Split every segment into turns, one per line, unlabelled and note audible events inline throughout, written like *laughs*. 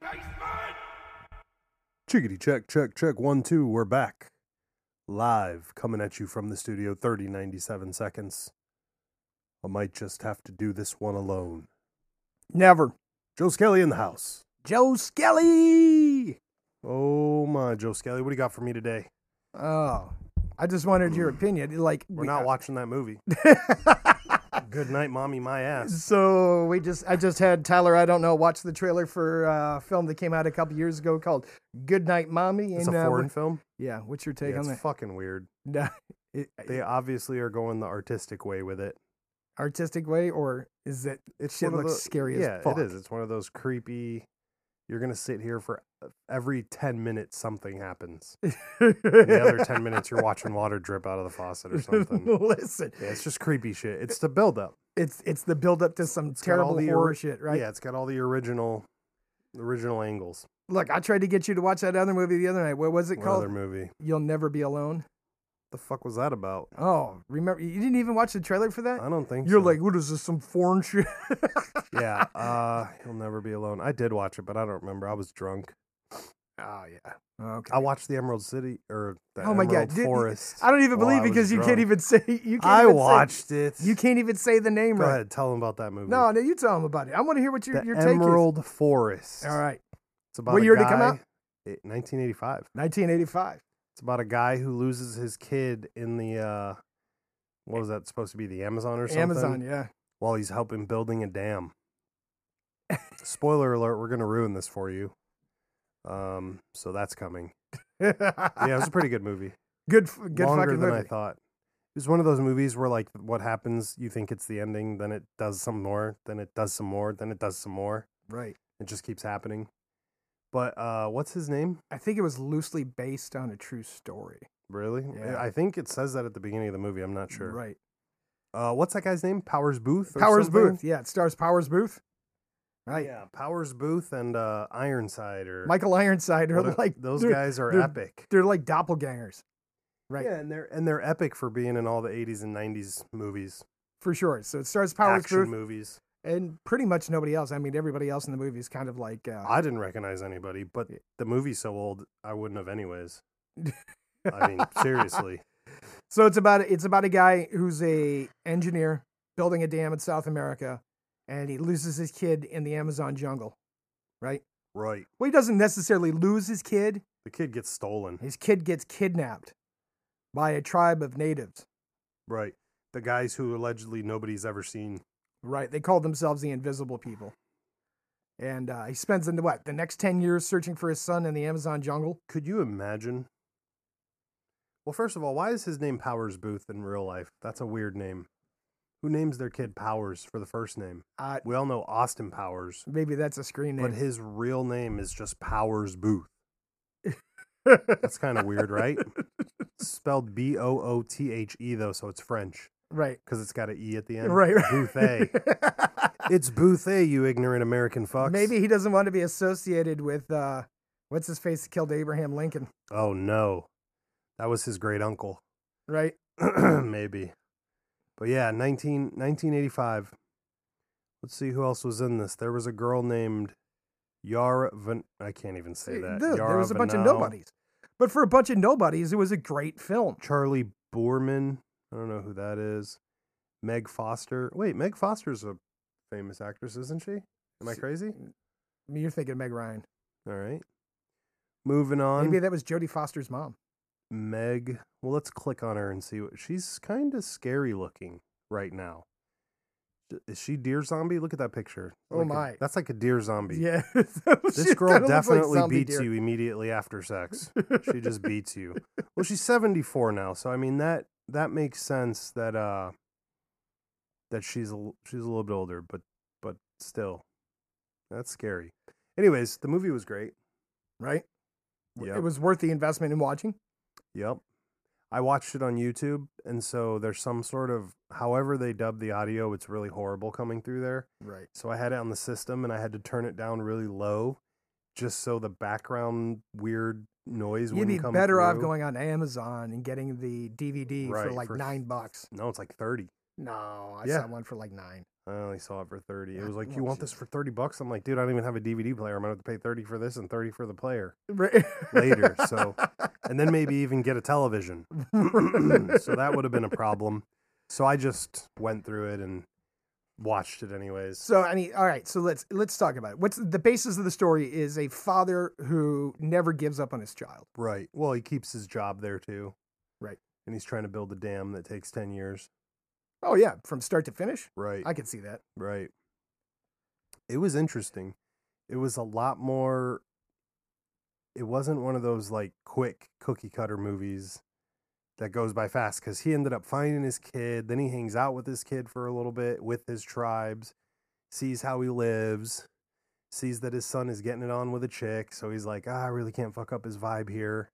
basement!
Chickity check, check, check. One, two. We're back. Live, coming at you from the studio, 30, 97 seconds. I might just have to do this one alone.
Never.
Joe Skelly in the house.
Joe Skelly.
Oh my, Joe Skelly, what do you got for me today?
Oh, I just wanted your opinion. Like
We're not watching that movie. Good night, mommy, my ass.
*laughs* so we just, I just had Tyler. I don't know. Watch the trailer for uh, a film that came out a couple years ago called Good Night, Mommy.
It's a
uh,
foreign
what-
film.
yeah. What's your take
Yeah,
on
it's
that?
fucking weird.
No, it-
They obviously are going the artistic way with it.
artistic way, or is it?
It's
Shit
one of
looks
tho-
scary as
yeah,
fuck.
it is. It's one of those creepy. You're gonna sit here for uh, every ten minutes something happens. And the
*laughs*
other ten minutes you're watching water drip out of the faucet or something.
Listen,
Yeah, it's just creepy shit. It's the build up.
it's it's the build up to some
got all
terrible
the
horror
ori-
shit, right?
Yeah, it's got all the original, original angles.
Look, I tried to get you to watch that other movie the other night. What was it
What
called?
other movie?
You'll never be alone.
The fuck was that about?
Oh, remember you didn't even watch the trailer for that?
I don't think
You're
so.
like, *laughs* what is this? Some foreign shit? *laughs*
yeah. Uh, you'll never be alone. I did watch it, but I don't remember. I was drunk.
Oh yeah. Okay.
I watched the Emerald City or the
Oh my God,
Emerald
didn't you-
Forest.
I don't even
Well,
believe
I was
because you
drunk.
can't even say you can't.
I
even say-
watched it.
you can't even say the name
Go
right.
ahead, tell them about that movie.
No, no, you tell him about it. I want to hear what your
the
your take
Emerald Forest.
is. All right,
It's about
What
a
year did it come
guy-
out?
it- 1985.
1985.
It's about a guy who loses his kid in the uh, what was that supposed to be? The Amazon or something?
Amazon, yeah. *laughs*
While he's helping building a dam. Spoiler alert: We're gonna ruin this for you. Um, so that's coming. Yeah, it was a pretty good movie.
good, f- *laughs* good
Longer
fucking
than I
movie.
thought. It was one of those movies where like what happens, you think it's the ending, then it does some more, then it does some more, then it does some more.
Right.
It just keeps happening. But uh, what's his name?
I think it was loosely based on a true story.
Really?
Yeah.
I think it says that at the beginning of the movie. I'm not sure.
Right.
Uh, what's that guy's name? Powers Booth. Or
Powers
something?
Booth. Yeah, it stars Powers Booth. Right.
Yeah, Powers Booth and uh, Ironside or *laughs*
Michael Ironside *laughs* are
What a-
like
those
they're-
guys are
they're-
epic.
They're like doppelgangers. Right.
Yeah, and they're and they're epic for being in all the 80s and 90s movies,
For sure. So it stars Powers
action
Booth
movies.
and pretty much nobody else. I mean, everybody else in the movie is kind of like uh,
I didn't recognize anybody, but
Yeah.
the movie's so old, I wouldn't have anyways. I
*laughs*
mean, seriously.
So it's about it's about a guy who's a engineer building a dam in South America, and he loses his kid in the Amazon jungle, right?
Right.
Well, he doesn't necessarily lose his kid.
The kid gets stolen.
His kid gets kidnapped by a tribe of natives,
Right. The guys who allegedly nobody's ever seen.
right? They call themselves the Invisible People, and uh, he spends in the what the next ten years searching for his son in the Amazon jungle.
Could you imagine? Well, first of all, why is his name Powers Booth in real life? That's a weird name. Who names their kid Powers for the first name?
Uh,
We all know Austin Powers,
maybe that's a screen
but
name.
his real name is just Powers Booth. That's kind of weird, right? It's spelled B O O T H E though, so it's French
*laughs* right,
because it's got an E at the end.
right, *laughs*
Boothet.
right.
It's Boothet, you ignorant American fucks.
Maybe he doesn't want to be associated with uh, what's his face that killed Abraham Lincoln,
Oh no, that was his great uncle.
right?
*clears throat* maybe. But yeah, 19, 1985. Let's see who else was in this. There was a girl named Yara Van. I can't even say that.
Dude,
Yara
there was a bunch of
Vanau,
nobodies, but for a bunch of nobodies, it was a great film.
Charlie Borman. I don't know who that is. Meg Foster. Wait, Meg Foster's a famous actress, isn't she? Am I
S-
crazy?
I mean, you're thinking of Meg Ryan.
All right. Moving on.
Maybe that was Jodie Foster's mom.
Meg. Well, let's click on her and see what she's kind of scary looking right now. D- Is she deer zombie? Look at that picture.
Oh
Like a-
my.
that's like a deer zombie.
Yeah, *laughs*
This girl definitely beats you immediately after
*laughs*
sex. she just beats you. Well, she's 74 now, so I mean that that makes sense that uh that she's a l- she's a little bit older, but but still. That's scary. Anyways, the movie was great.
right?
Yep.
It was worth the investment in watching.
Yep. I watched it on YouTube, and so there's some sort of, however they dub the audio, it's really horrible coming through there.
Right.
So I had it on the system, and I had to turn it down really low, just so the background weird noise
You'd
wouldn't
be
come
better off
through.
going on Amazon and getting the DVD for
Right,
like
for-
nine bucks.
No, it's like thirty.
No, I
Yeah.
saw one for like nine.
I only saw it for thirty. It
Yeah,
was like,
come
you
on,
want this
Jesus.
for thirty bucks? I'm like, dude, I don't even have a DVD player. I'm gonna have to pay thirty for this and thirty for the player,
Right.
Later,
*laughs*
so- and then maybe even get a television. *clears throat* so that would have been a problem. So I just went through it and watched it anyways.
So I mean, all right. So let's let's talk about it. What's the basis of the story? Is a father who never gives up on his child.
right. Well, he keeps his job there too.
Right.
And he's trying to build a dam that takes ten years.
Oh yeah, from start to finish,
Right.
I can see that.
Right. It was interesting. It was a lot more. It wasn't one of those like quick cookie cutter movies that goes by fast because he ended up finding his kid. Then he hangs out with his kid for a little bit with his tribes, sees how he lives, sees that his son is getting it on with a chick. So he's like, ah, I really can't fuck up his vibe here.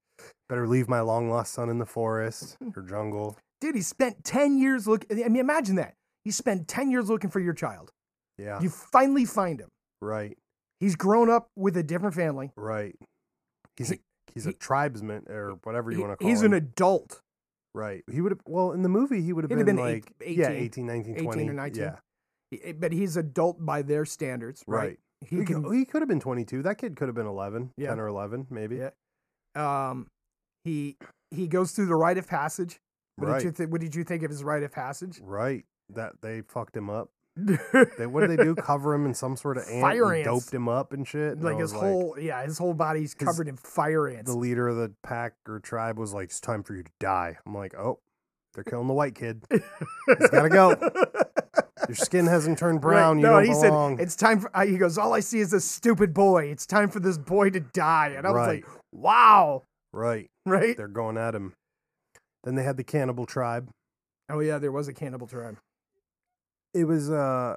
Better leave my long lost son in the forest or jungle.
Dude, he spent ten years look. I mean, imagine that. You spend ten years looking for your child.
Yeah.
You finally find him.
right.
He's grown up with a different family.
Right. He's a,
He-
he's a
he-
tribesman or whatever you
He-
want to call
he's
him.
an adult.
right. He would have well in the movie he would have
He'd
been,
have been
like
eight-
yeah,
18,
18, 19,
18 or
20.
19,
Yeah.
He- eh, But he's adult by their standards,
Right.
right?
He,
He can.
could, he could have been 22. That kid could have been 11,
Yeah.
10 or 11 maybe.
Yeah. Um, he he goes through the rite of passage. What
Right.
did you th- What did you think of his rite of passage?
Right. That they fucked him up. They what did they do? Cover him in some sort of ant
Fire
and
ants.
doped him up and shit. And I
like his
was
whole yeah his whole body's
His-
covered in fire ants
the leader of the pack or tribe was like, "It's time for you to die." I'm like, "Oh, they're killing the white kid. He's gotta go.
*laughs*
Your skin hasn't turned brown.
Right.
You
no
don't
he
belong."
said it's time for I- he goes all i see is this stupid boy it's time for this boy to die and i was like wow *laughs*
right.
right
they're going at him. Then they had the cannibal tribe.
oh yeah there was a cannibal tribe
It was uh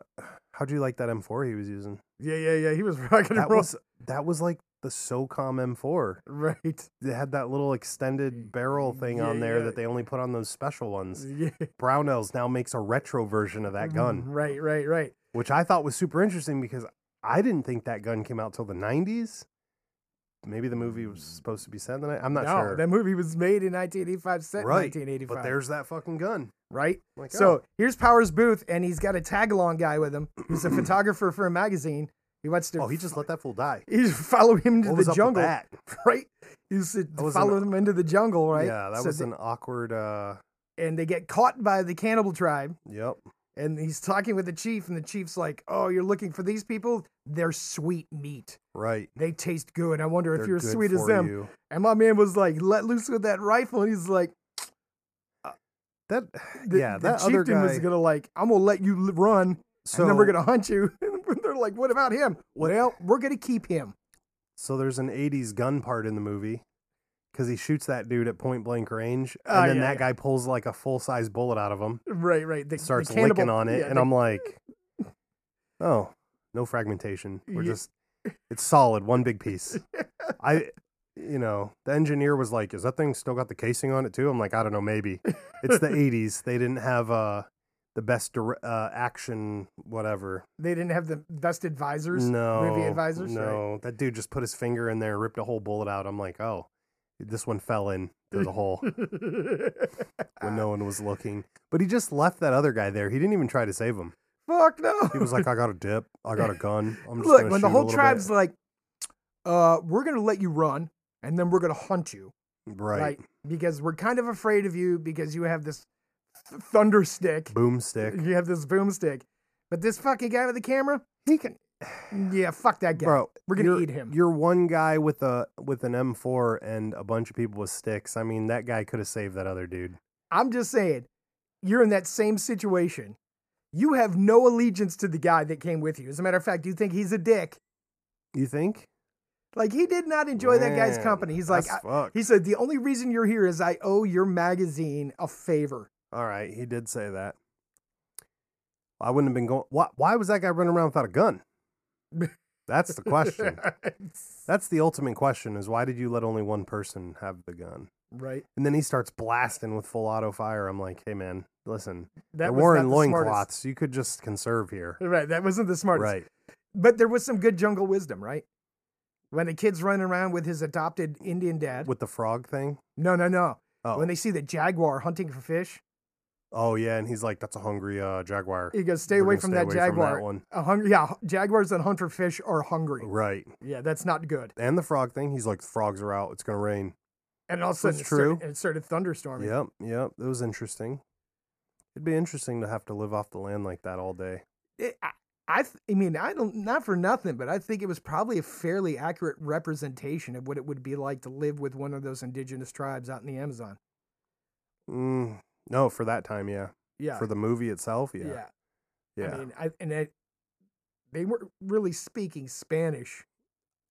how'd you like that M4 he was
*laughs*
using?
yeah yeah yeah he was *laughs* rocking
That
and roll.
was that was like the SOCOM M4. *laughs*
right
They had that little extended barrel thing on
Yeah,
there
yeah.
that they only put on those special ones.
yeah.
Brownells now makes a retro version of that gun,
*laughs* right right right
which I thought was super interesting because I didn't think that gun came out till the 90s. Maybe the movie was supposed to be set in the night. I'm not
Mm. no,
sure.
that movie was made in 1985 set
Right,
in 1985
but there's that fucking gun.
right
I'm like,
So here's Powers Booth, and he's got a tag along guy with him. He's
*clears throat*
a photographer for a magazine. He wants to.
oh, oh, he just let that fool die.
*laughs* He's follow him to
What was
the
up
jungle,
with that?
right? He's to
was an-
follow him into the jungle, right?
Yeah, that
So
was
they-
an awkward. uh
and they get caught by the cannibal tribe,
Yep.
and he's talking with the chief, and the chief's like, "Oh, you're looking for these people? They're sweet meat.
Right.
They taste good. I wonder if
They're
you're as
good
sweet as
for
them."
you.
And my man was like, "Let loose with that rifle," and he's like,
*sighs* That
the,
yeah.
the
that other
chieftain
guy.
was gonna like, I'm gonna let you l- run."
so
and then we're gonna hunt you. *laughs* And they're like, "What about him?" Well, we're gonna keep him.
so there's an '80s gun part in the movie because he shoots that dude at point blank range, and
Ah,
then
yeah,
that
yeah.
guy pulls like a full size bullet out of him,
Right, right. The,
starts licking on it, and I'm
*laughs*
like, oh, no fragmentation. We're
Yeah.
just it's solid, one big
*laughs*
piece. I. You know, the engineer was like, "Is that thing still got the casing on it too?" I'm like, "I don't know, maybe." It's
*laughs*
the '80s; they didn't have uh, the best dir- uh, action, whatever,
they didn't have the best advisors,
no,
movie advisors. right?
No, that dude just put his finger in there, and ripped a whole bullet out. I'm like, oh, this one fell in to the
*laughs*
hole when no one was looking. But he just left that other guy there. He didn't even try to save him.
Fuck no.
He was like, I got a dip. I got a
*laughs*
gun. I'm just
"Look,
gonna
when
shoot
the
a
whole
little
tribe's
bit."
like, uh, we're gonna let you run, and then we're gonna hunt you,
right,
Because we're kind of afraid of you because you have this th- thunder stick,
boomstick,
you have this boomstick, but this fucking guy with the camera,
he can,
*sighs* yeah, fuck that guy.
bro.
we're gonna
you're-
eat him.
You're one guy with a with an M4 and a bunch of people with sticks. I mean, that guy could have saved that other dude.
I'm just saying, you're in that same situation. You have no allegiance to the guy that came with you. As a matter of fact, you think he's a dick.
You think?
Like he did not enjoy that guy's
Man,
company. He's like,
that's
I-
fuck.
he said, the only reason you're here is I owe your magazine a favor.
All right, he did say that. I wouldn't have been going. Why, why was that guy running around without a gun? That's the *laughs*
*laughs*
question. That's the ultimate question: is why did you let only one person have the gun?
right.
And then he starts blasting with full auto fire. I'm like, hey man, listen,
That
they're
was
wearing
not the smartest.
loincloths. You could just conserve here,
Right. That wasn't the smartest.
right?
But there was some good jungle wisdom, right? When the kid's running around with his adopted Indian dad.
With the frog thing.
no, no, no.
Oh,
When they see the jaguar hunting for fish,
Oh yeah, and he's like, "That's a hungry uh, jaguar."
He goes, "Stay
We're
away
gonna
from
stay
that
away from that
jaguar."
one.
A hungry, yeah, jaguars that hunt for fish are hungry.
Right.
Yeah, that's not good.
And the frog thing, he's like, "The frogs are out. It's gonna rain."
And all of a sudden,
That's
it started,
true.
it started thunderstorming.
Yep. Yep. That was interesting. It'd be interesting to have to live off the land like that all day.
It- Eh, I, I, th- I mean, I don't, not for nothing, but I think it was probably a fairly accurate representation of what it would be like to live with one of those indigenous tribes out in the Amazon.
Mm, no, for that time, yeah.
Yeah,
For the movie itself, yeah. Yeah. Yeah,
I
I,
mean, I, and it, they weren't really speaking Spanish.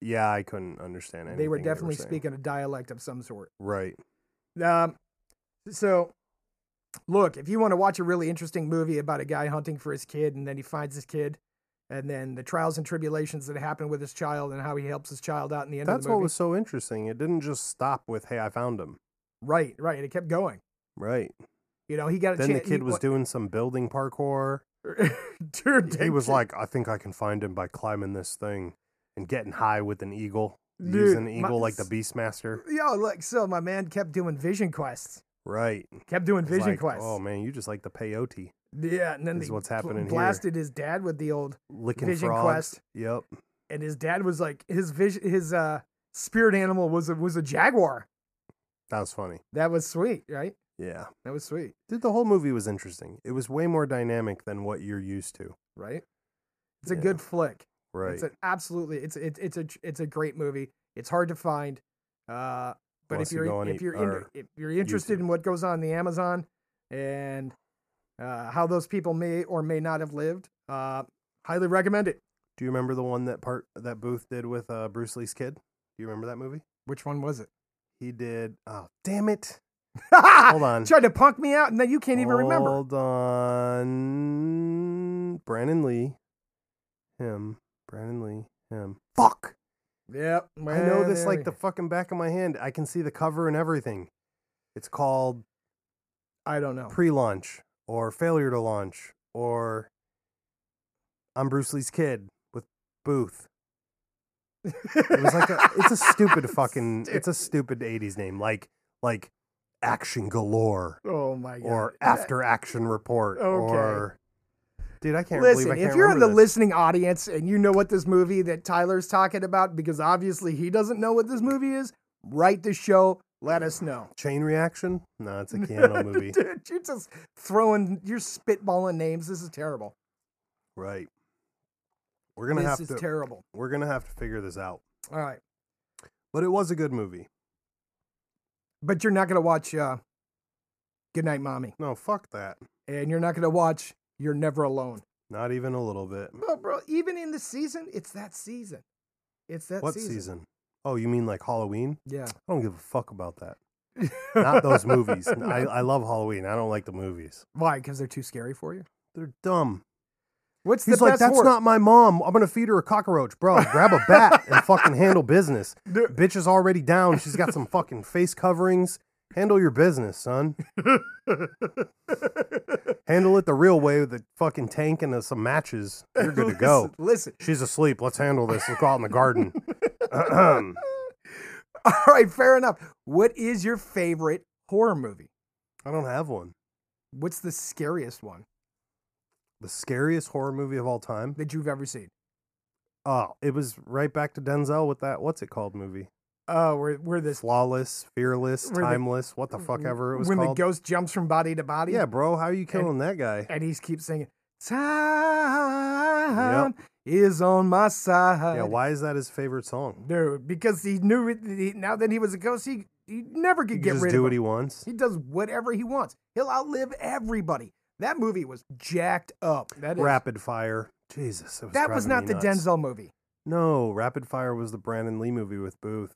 couldn't understand anything.
they were
were
definitely
saying.
speaking a dialect of some sort.
Right.
Um, so, look, if you want to watch a really interesting movie about a guy hunting for his kid and then he finds his kid and then the trials and tribulations that happen with his child and how he helps his child out in the end
That's
of the movie.
what was so interesting. It didn't just stop with, "Hey, I found him."
Right, right. It kept going.
Right.
You know, he got a
Then the
chance.
kid was doing some building
*laughs*
parkour.
doing. Dude,
He
that
was
kid-
like, "I think I can find him by climbing this thing and getting high with an eagle,
Dude,
using an
my-
eagle like the Beastmaster."
Yo, look, so my man kept doing vision quests.
Right.
Kept doing
It's
vision
like,
quests.
Oh man, you just like the peyote
yeah, and then
this is
they
what's
bl-
happening here.
blasted his dad with the old
licking
Vision
frogs.
quest.
Yep.
and his dad was like his vision his uh spirit animal was a was a jaguar.
That was funny.
That was sweet, right?
Yeah.
That was sweet,
Dude, the whole movie was interesting. It was way more dynamic than what you're used to.
right? It's a
Yeah,
good flick.
Right.
It's an absolutely it's it, it's a it's a great movie. It's hard to find. Uh but
Unless
if
you
you're
go on
if
e-
you're in,
or
if you're interested in what goes on in the Amazon and uh how those people may or may not have lived, uh highly recommend it.
Do you remember the one that part that Booth did with uh, Bruce Lee's kid? Do you remember that movie?
Which one was *laughs* it?
He did. Oh, damn it!
Tried
Hold on.
to punk me out and then you can't even remember.
Hold on. Brandon Lee. Him. Brandon Lee. Him. Fuck!
Yeah.
I know this like the fucking back of my hand. I can see the cover and everything. It's called
I don't know.
pre-launch or failure to launch or I'm Bruce Lee's kid with Booth. It was like a it's
*laughs*
a stupid fucking it's a stupid 80s name like like action galore
Oh my god.
or
Yeah.
after action report
Okay.
or Dude, I can't
Listen,
believe I can't
if you're in the
remember this.
listening audience and you know what this movie that Tyler's talking about, because obviously he doesn't know what this movie is, write the show. Let us know.
Chain Reaction? No, it's a
*laughs*
Keanu movie.
Dude, you're just throwing, you're spitballing names. This is terrible.
Right. We're going to
this
have
is
to
terrible.
we're going to have to figure this out.
All right,
But it was a good movie.
but you're not gonna watch uh, Goodnight Mommy,
No, fuck that.
and you're not gonna watch You're Never Alone.
Not even a little bit.
Well, bro, even in the season, it's that season. It's that
what
season.
season? Oh, you mean like Halloween?
Yeah.
I don't give a fuck about
*laughs*
that. Not those movies. I, I love Halloween. I don't like the movies.
Why? Because they're too scary for you.
They're dumb.
What's
He's
the
like,
best
that's
horror?
not my mom. I'm gonna feed her a cockroach, bro. Grab a bat and fucking handle business.
*laughs* Dude.
Bitch is already down. She's got some fucking face coverings. Handle your business, son.
*laughs*
Handle it the real way with a fucking tank and uh, some matches. You're good to go.
*laughs* Listen,
She's asleep. Let's handle this. Let's go out in the
*laughs*
garden.
all right, fair enough. What is your favorite horror movie?
I don't have one.
What's the scariest one
The scariest horror movie of all time.
that you've ever seen?
Oh, it was right back to Denzel with that what's it called movie?
Oh, where where this
Flawless, fearless,
Where the-
timeless, what the fuck ever it was
when
called.
the ghost jumps from body to body.
yeah, bro, how are you killing that guy?
and he keeps singing, "Time is on my side."
Yeah, why is that his favorite song?
dude? Because he knew it, he, now that he was a ghost, he he never
He
could
can
get
just
rid
do
of
what
him.
he wants.
He does whatever he wants. He'll outlive everybody. That movie was jacked up. That is-
Rapid Fire. Jesus, it was
that was not
driving
the
me nuts.
Denzel movie.
No, Rapid Fire was the Brandon Lee movie with Booth.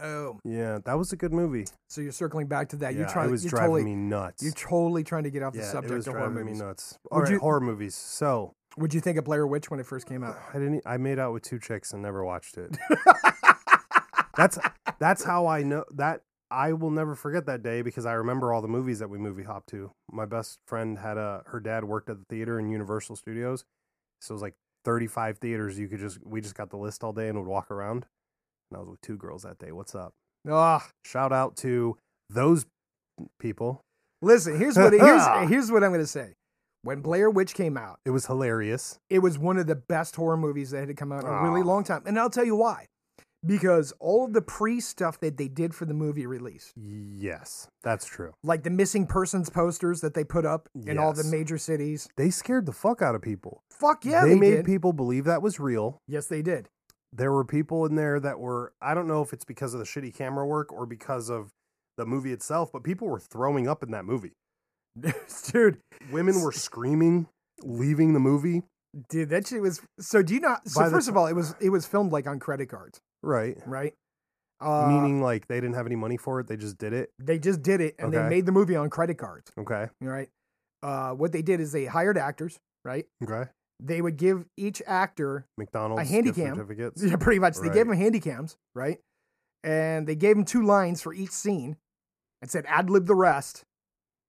Oh,
Yeah, that was a good movie.
so you're circling back to that.
yeah,
you're trying.
it was
you're
driving
totally,
me nuts.
You're totally trying to get off
yeah,
the
it
subject
was
of horror
driving
movies.
me nuts.
Would
All right,
you-
horror movies. So
Would you think of Blair Witch when it first came out?
*sighs* I didn't. e, I made out with two chicks and never watched
*laughs*
it. that's that's how I know that I will never forget that day because I remember all the movies that we movie hopped to. My best friend had a her dad worked at the theater in Universal Studios, so it was like thirty five theaters. You could just we just got the list all day and would walk around. And I was with two girls that day. What's up?
Ah,
Shout out to those people.
Listen, here's
*laughs*
what here's here's what I'm gonna say. When Blair Witch came out,
It was hilarious.
it was one of the best horror movies that had come out in a really
Aw.
long time, and I'll tell you why. Because all of the pre stuff that they did for the movie release,
Yes, that's true.
like the missing persons posters that they put up in all the
Yes.
major cities,
They scared the fuck out of people.
fuck yeah,
they,
they,
made
did.
people believe that was real.
yes, they did. *laughs*
There were people in there that were I don't know if it's because of the shitty camera work or because of the movie itself, but people were throwing up in that movie.
dude,
Women were screaming, leaving the movie.
dude, that shit was so. Do you not? So
By the
first of all, it was it was filmed like on credit cards,
Right.
right? Uh,
Meaning like they didn't have any money for it, they just did it.
they just did it and they
Okay.
made the movie on credit cards,
Okay.
right? Uh, what they did is they hired actors, right?
Okay.
They would give each actor *laughs*
McDonald's gift
handycam. *laughs*
certificates.
Yeah, pretty much. They gave him
Right.
handy cams, right? And they gave him two lines for each scene and said ad lib the rest,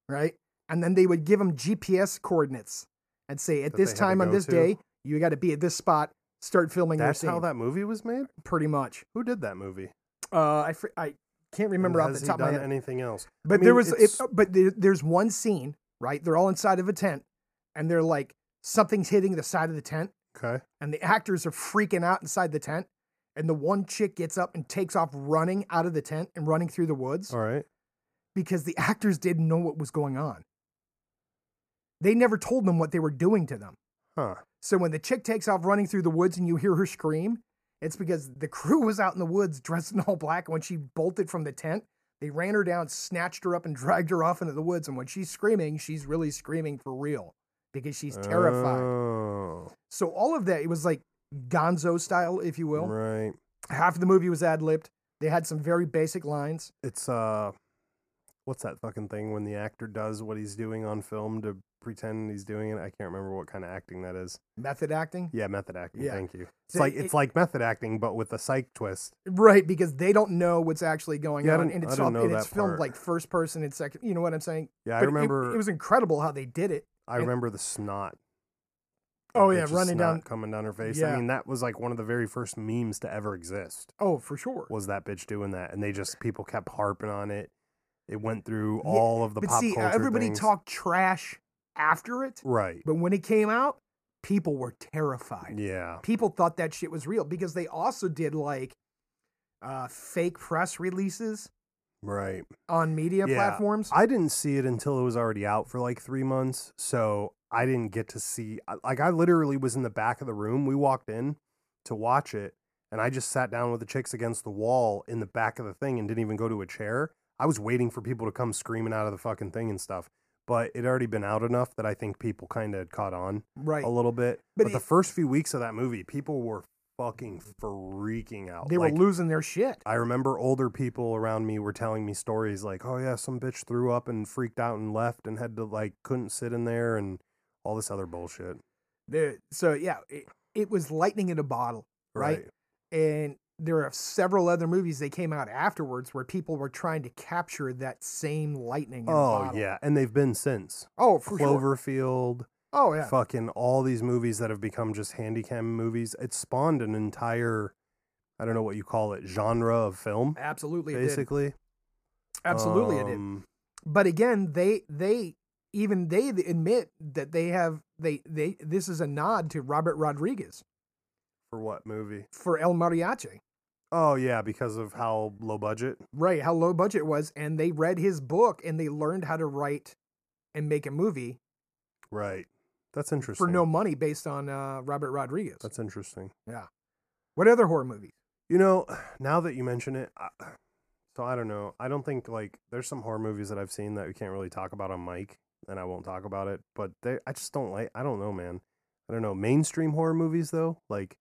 right? And then they would give him GPS coordinates and say, at
That
this
they had to
time on
go
this
to?
day, you got to be at this spot, start filming
That's
your scene.
how that movie was made.
pretty much.
Who did that movie?
Uh, I, fr- I can't remember off
Has
the
he
top of my
done
head.
anything else?
but
I mean,
there was, it,
it's-
but there, there's one scene, right? They're all inside of a tent and they're like, something's hitting the side of the tent
Okay.
and the actors are freaking out inside the tent. And the one chick gets up and takes off running out of the tent and running through the woods
All right.
because the actors didn't know what was going on. They never told them what they were doing to them.
Huh.
So when the chick takes off running through the woods and you hear her scream, it's because the crew was out in the woods *laughs* dressed in all black. And when she bolted from the tent, they ran her down, snatched her up, and dragged her off into the woods. And when she's screaming, she's really screaming for real because she's terrified.
Oh,
So all of that, it was like gonzo style, if you will.
right.
Half of the movie was ad libbed. They had some very basic lines.
It's uh, what's that fucking thing when the actor does what he's doing on film to pretend he's doing it? I can't remember what kind of acting that is.
Method acting.
Yeah, method acting.
Yeah.
Thank you. It's
So
like
it-
it's like method acting, but with a psych twist.
Right, because they don't know what's actually going
Yeah, I
on.
didn't-
And
I
it's,
didn't
all,
know
and it's
that
filmed
part.
like first person and second. You know what I'm saying?
Yeah, I
But it-
remember.
It, was incredible how they did it.
I remember the snot.
Oh,
The
yeah,
bitch's
running
snot
down-
coming down her face.
Yeah.
I mean, that was like one of the very first memes to ever exist.
Oh, for sure.
Was that bitch doing that? And they just people kept harping on it. It went through
Yeah,
all of the
but
pop
see, uh,
culture.
everybody
things.
talked trash after it.
Right.
But when it came out, people were terrified.
Yeah.
people thought that shit was real because they also did like uh, fake press releases
Right.
on media
Yeah.
platforms.
I didn't see it until it was already out for like three months. So I didn't get to see, I- like, I literally was in the back of the room. We walked in to watch it, and I just sat down with the chicks against the wall in the back of the thing and didn't even go to a chair. I was waiting for people to come screaming out of the fucking thing and stuff. But it had already been out enough that I think people kind of had caught on
right.
a little bit.
But
But, the
it-
first few weeks of that movie, people were fucking freaking out.
They were
Like,
losing their shit.
I remember older people around me were telling me stories like, "Oh yeah, some bitch threw up and freaked out and left and had to like couldn't sit in there and all this other bullshit."
The- so yeah, it, it was lightning in a bottle. Right. And there are several other movies that came out afterwards where people were trying to capture that same lightning. In a
Oh
bottle.
yeah, and they've been since
Oh for sure.
Cloverfield,
Oh yeah.
fucking all these movies that have become just handycam movies. It spawned an entire, I don't know what you call it, genre of film,
Absolutely, it did.
basically.
Absolutely, it did.
Um,
but again they they even they admit that they have they they this is a nod to robert rodriguez
For what movie?
for el mariachi
Oh yeah, because of how low budget.
right how low budget it was and they read his book and they learned how to write and make a movie
Right. That's interesting.
for no money based on uh, robert rodriguez
That's interesting.
what other horror movies
You know, *sighs* now that you mention it, I, *sighs* so I don't know. I don't think like there's some horror movies that I've seen that we can't really talk about on mic, and I won't talk about it. But they, I just don't like. I don't know, man. I don't know. Mainstream horror movies though, like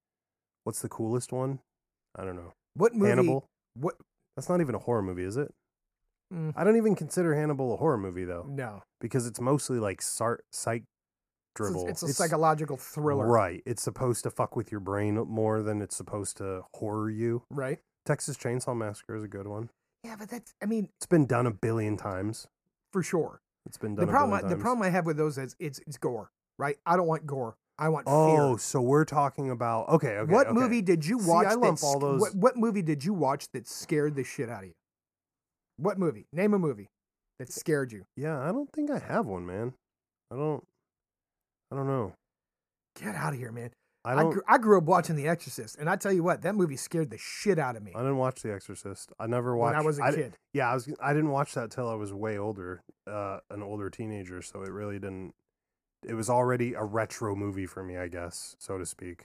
what's the coolest one? I don't know.
what movie
Hannibal.
what
That's not even a horror movie, is it?
Mm.
I don't even consider Hannibal a horror movie though,
no
because it's mostly like sar- psych
It's a-
dribble.
it's a psychological thriller right,
Right. It's supposed to fuck with your brain more than it's supposed to horror you. Texas Chainsaw Massacre is a good one.
yeah but that's i mean
It's been done a billion times.
for sure
It's been
the
done.
problem
a
I,
billion
the
times.
problem i have with those is it's it's gore right i don't want gore i want fear
Oh, so we're talking about okay. okay
what
okay.
movie did you
See,
watch?
I
that
lump all
sc-
those-
What, what movie did you watch that scared the shit out of you? What movie? Name a movie.
Eh
that scared you?
Yeah, I don't think I have one, man. I don't. I don't know.
Get out of here, man.
I don't. I,
grew, I grew up watching The Exorcist, and I tell you what, that movie scared the shit out of me.
I didn't watch The Exorcist. I never watched.
When I was a
I di-
kid.
yeah, I was. I didn't watch that till I was way older, uh, an older teenager. So it really didn't. It was already a retro movie for me, I guess, so to speak.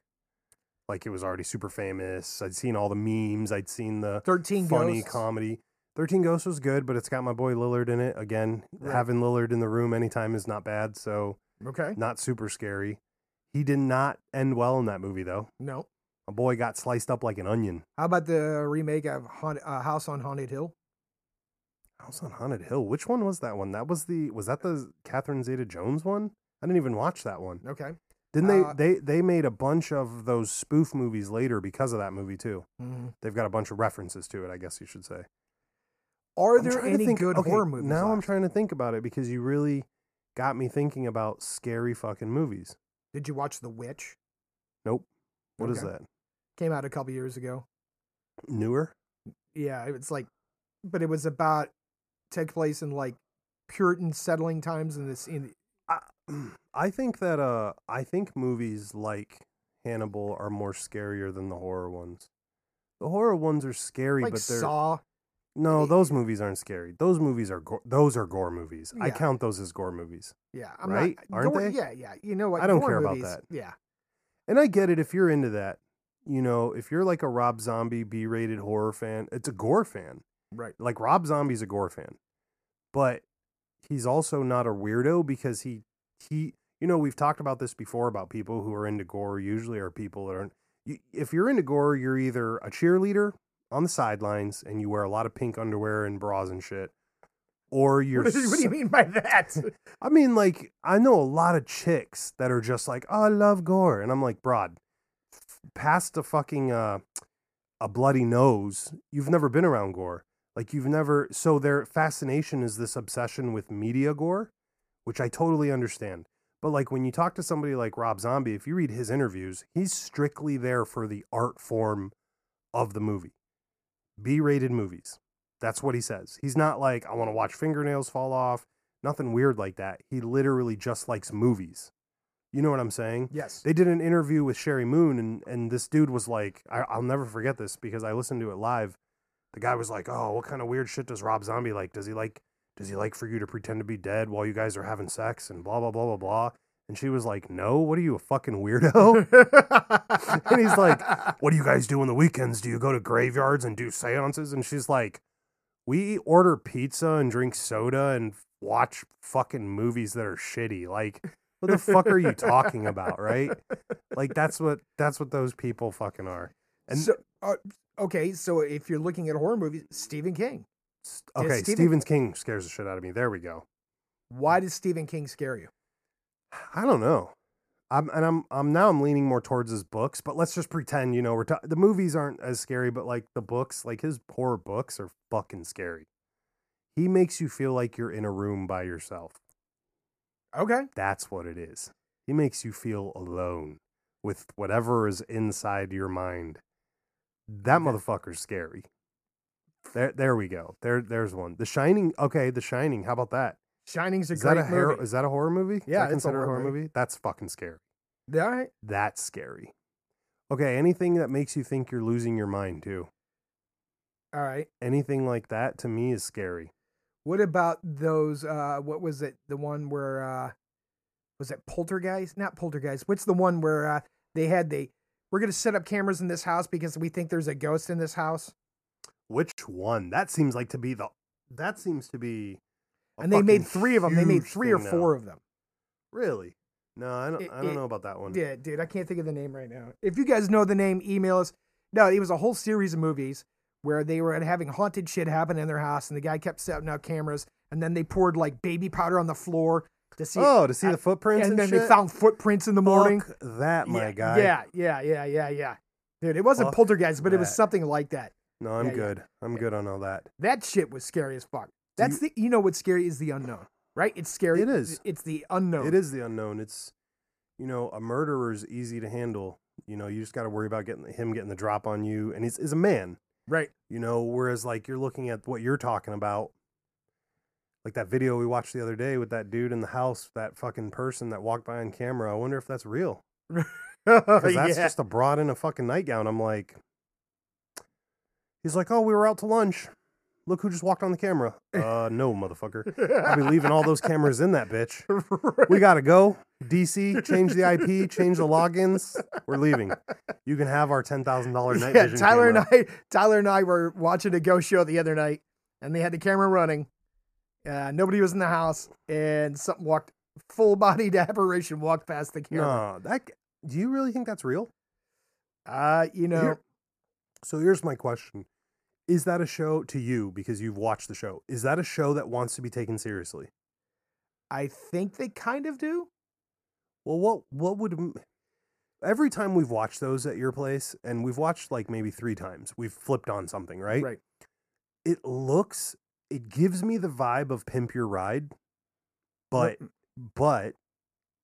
Like it was already super famous. I'd seen all the memes. I'd seen the
13
funny
Ghosts.
comedy. Thirteen Ghosts was good, but it's got my boy Lillard in it again.
Right.
Having Lillard in the room anytime is not bad. So
Okay.
not super scary. He did not end well in that movie though.
No.
My boy got sliced up like an onion.
How about the remake of Haunt, uh, House on Haunted Hill?
House on Haunted Hill. Which one was that one? That was the was that the Catherine Zeta Jones one? I didn't even watch that one.
Okay.
Didn't
Uh,
they they they made a bunch of those spoof movies later because of that movie too.
Mhm.
They've got a bunch of references to it, I guess you should say.
Are
I'm
there
trying to
any
think-
good
okay,
horror movies?
Now I'm
left?
trying to think about it because you really got me thinking about scary fucking movies.
Did you watch The Witch?
What is
Okay.
that?
Came out a couple years ago.
Newer?
Yeah, it's like, but it was about take place in like Puritan settling times in this in
I think that uh I think movies like Hannibal are more scarier than the horror ones. The horror ones are scary,
like
but they're
Saw.
no. Those movies aren't scary. Those movies are gore, those are gore movies. I
Yeah.
count those as gore movies.
Yeah, I'm
right?
Not,
Aren't
gore-
they?
Yeah, yeah. You know what?
I don't
horror
care about
movies-
that.
Yeah,
And I get it if you're into that. You know, if you're like a Rob Zombie B-rated horror fan, it's a gore fan.
*laughs* right.
Like Rob Zombie's a gore fan, but he's also not a weirdo because he he you know we've talked about this before about people who are into gore usually are people that aren't. You, if you're into gore, you're either a cheerleader on the sidelines and you wear a lot of pink underwear and bras and shit, or you're.
What, is, what do you
s-
mean
*laughs*
by that?
I mean, like I know a lot of chicks that are just like, oh, I love gore, and I'm like, broad, past a fucking uh, a bloody nose. You've never been around gore, like you've never. So their fascination is this obsession with media gore, which I totally understand. But like when you talk to somebody like Rob Zombie, if you read his interviews, he's strictly there for the art form of the movie, B-rated movies. That's what he says. He's not like I want to watch fingernails fall off nothing weird like that. He literally just likes movies. You know what I'm saying?
yes.
They did an interview with Sherry Moon, and, and this dude was like, I, I'll never forget this because I listened to it live. The guy was like, Oh, what kind of weird shit does Rob Zombie like? Does he like, does he like for you to pretend to be dead while you guys are having sex and blah, blah, blah, blah, blah? And she was like, No, what are you, a fucking
*laughs*
weirdo?
and
he's like, what do you guys do on the weekends? Do you go to graveyards and do seances? And she's like, we order pizza and drink soda and watch fucking movies that are shitty. Like, what the fuck are you talking about, right? Like, that's what that's what those people fucking are. and-
so, uh, okay, so if you're looking at horror movies, Stephen King.
S-
Yeah,
Okay,
Stephen-
Stephen King scares the shit out of me. There we go.
Why does Stephen King scare you?
I don't know. I'm and I'm I'm now I'm leaning more towards his books, but let's just pretend you know we're ta- the movies aren't as scary, but like the books, like his horror books are fucking scary. He makes you feel like you're in a room by yourself.
Okay.
That's what it is. He makes you feel alone with whatever is inside your mind. That motherfucker's scary. There, there we go. There, there's one. The Shining. Okay, The Shining. How about that?
Shining's a
Is
great
that a
movie.
horror? Is that a horror movie? Is
Yeah,
that
it's a
considered
horror movie.
That's fucking scary.
Yeah, All right.
That's scary. Okay, anything that makes you think you're losing your mind too.
All right.
Anything like that to me is scary.
What about those? Uh, what was it? The one where uh, was it Poltergeist? Not Poltergeist. What's the one where uh, they had the? We're gonna set up cameras in this house because we think there's a ghost in this house,
Which one? That seems like to be the that seems to be a
and they made
fucking
three of them. They made
huge
three or
thing now.
four of them.
Really? No, I don't
It-
I don't
it-
know about that one.
Yeah, dude, I can't think of the name right now. If you guys know the name, email us. No, it was a whole series of movies where they were having haunted shit happen in their house, and the guy kept setting up cameras, and then they poured like baby powder on the floor to see,
oh, to see
I-
the footprints
and,
and,
then
shit?
they found footprints in the morning.
Fuck that my
yeah,
guy.
Yeah, yeah, yeah, yeah, yeah. Dude, it wasn't
Fuck
poltergeist, but it was
that.
something like that.
No, I'm
Yeah, yeah.
good. I'm good on all that.
That shit was scary as fuck. That's the you know what's scary is the unknown, right? It's scary.
It is.
It's the unknown.
It is the unknown. It's you know, a murderer's easy to handle. You know, you just got to worry about getting him getting the drop on you and he's is a man.
right. *laughs*
you know whereas like you're looking at what you're talking about like that video we watched the other day with that dude in the house, that fucking person that walked by on camera. I wonder if that's real.
*laughs*
Because that's
Yeah. *laughs*
just a broad in a fucking nightgown. I'm like, he's like, oh, we were out to lunch. Look who just walked on the camera. Uh, no, motherfucker. I'll be leaving all those cameras in that bitch. We gotta go. DC, change the IP, change the logins. We're leaving. You can have our ten thousand dollar night
yeah,
vision.
Tyler
camera.
and I, Tyler and I were watching a ghost show the other night, and they had the camera running. Uh, nobody was in the house, and something walked full *laughs* bodied apparition walked past the camera.
No, that. Do you really think that's real?
Uh, you know,
Here- So here's my question: Is that a show to you because you've watched the show? Is that a show that wants to be taken seriously?
I think they kind
*laughs*
of do. *laughs*
Well, what what would m- every time we've watched those at your place, and we've watched like maybe three times, we've flipped on something, right?
Right.
It looks, it gives me the vibe of Pimp Your Ride, but but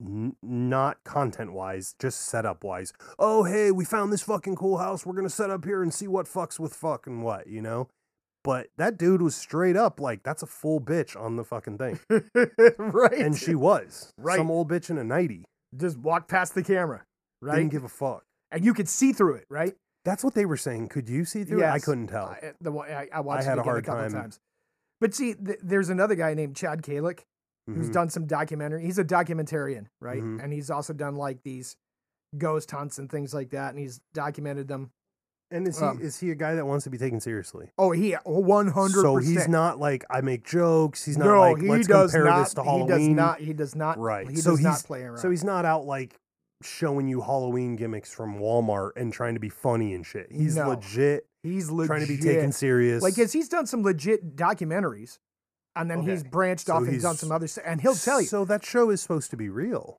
n- not content wise, just setup wise. Oh, hey, we found this fucking cool house. We're gonna set up here and see what fucks with fuck and what, you know. But that dude was straight up like, that's a full bitch on the fucking
*laughs*
thing,
right.
and she was
Right.
some old bitch in a nighty.
just walked past the camera, right?
Didn't give a fuck.
and you could see through it, right?
That's what they were saying. Could you see through it? I
Yes.
couldn't tell.
I, uh, the one I, I watched
Oh. had
it
a
again
hard
couple of
time.
times. But see, th- there's another guy named Chad Kalick who's
Mhm.
done some documentary. He's a documentarian, right?
Mhm.
And he's also done like these ghost hunts and things like that, and he's documented them.
And is he
um,
is he a guy that wants to be taken seriously?
Oh, he one hundred.
So he's not like I make jokes. He's not
no,
like
he
let's
does
compare
not.
this to
he
Halloween.
does not. He does not.
Right.
He
So
does not
he's-
play around.
So he's not out like showing you Halloween gimmicks from Walmart and trying to be funny and shit. He's
No.
legit,
he's legit.
trying to be taken serious.
Like, cause he's done some legit documentaries, and then he's
Okay.
branched
So
off and
he's-
done some other stuff. And he'll tell you
So that show is supposed to be real.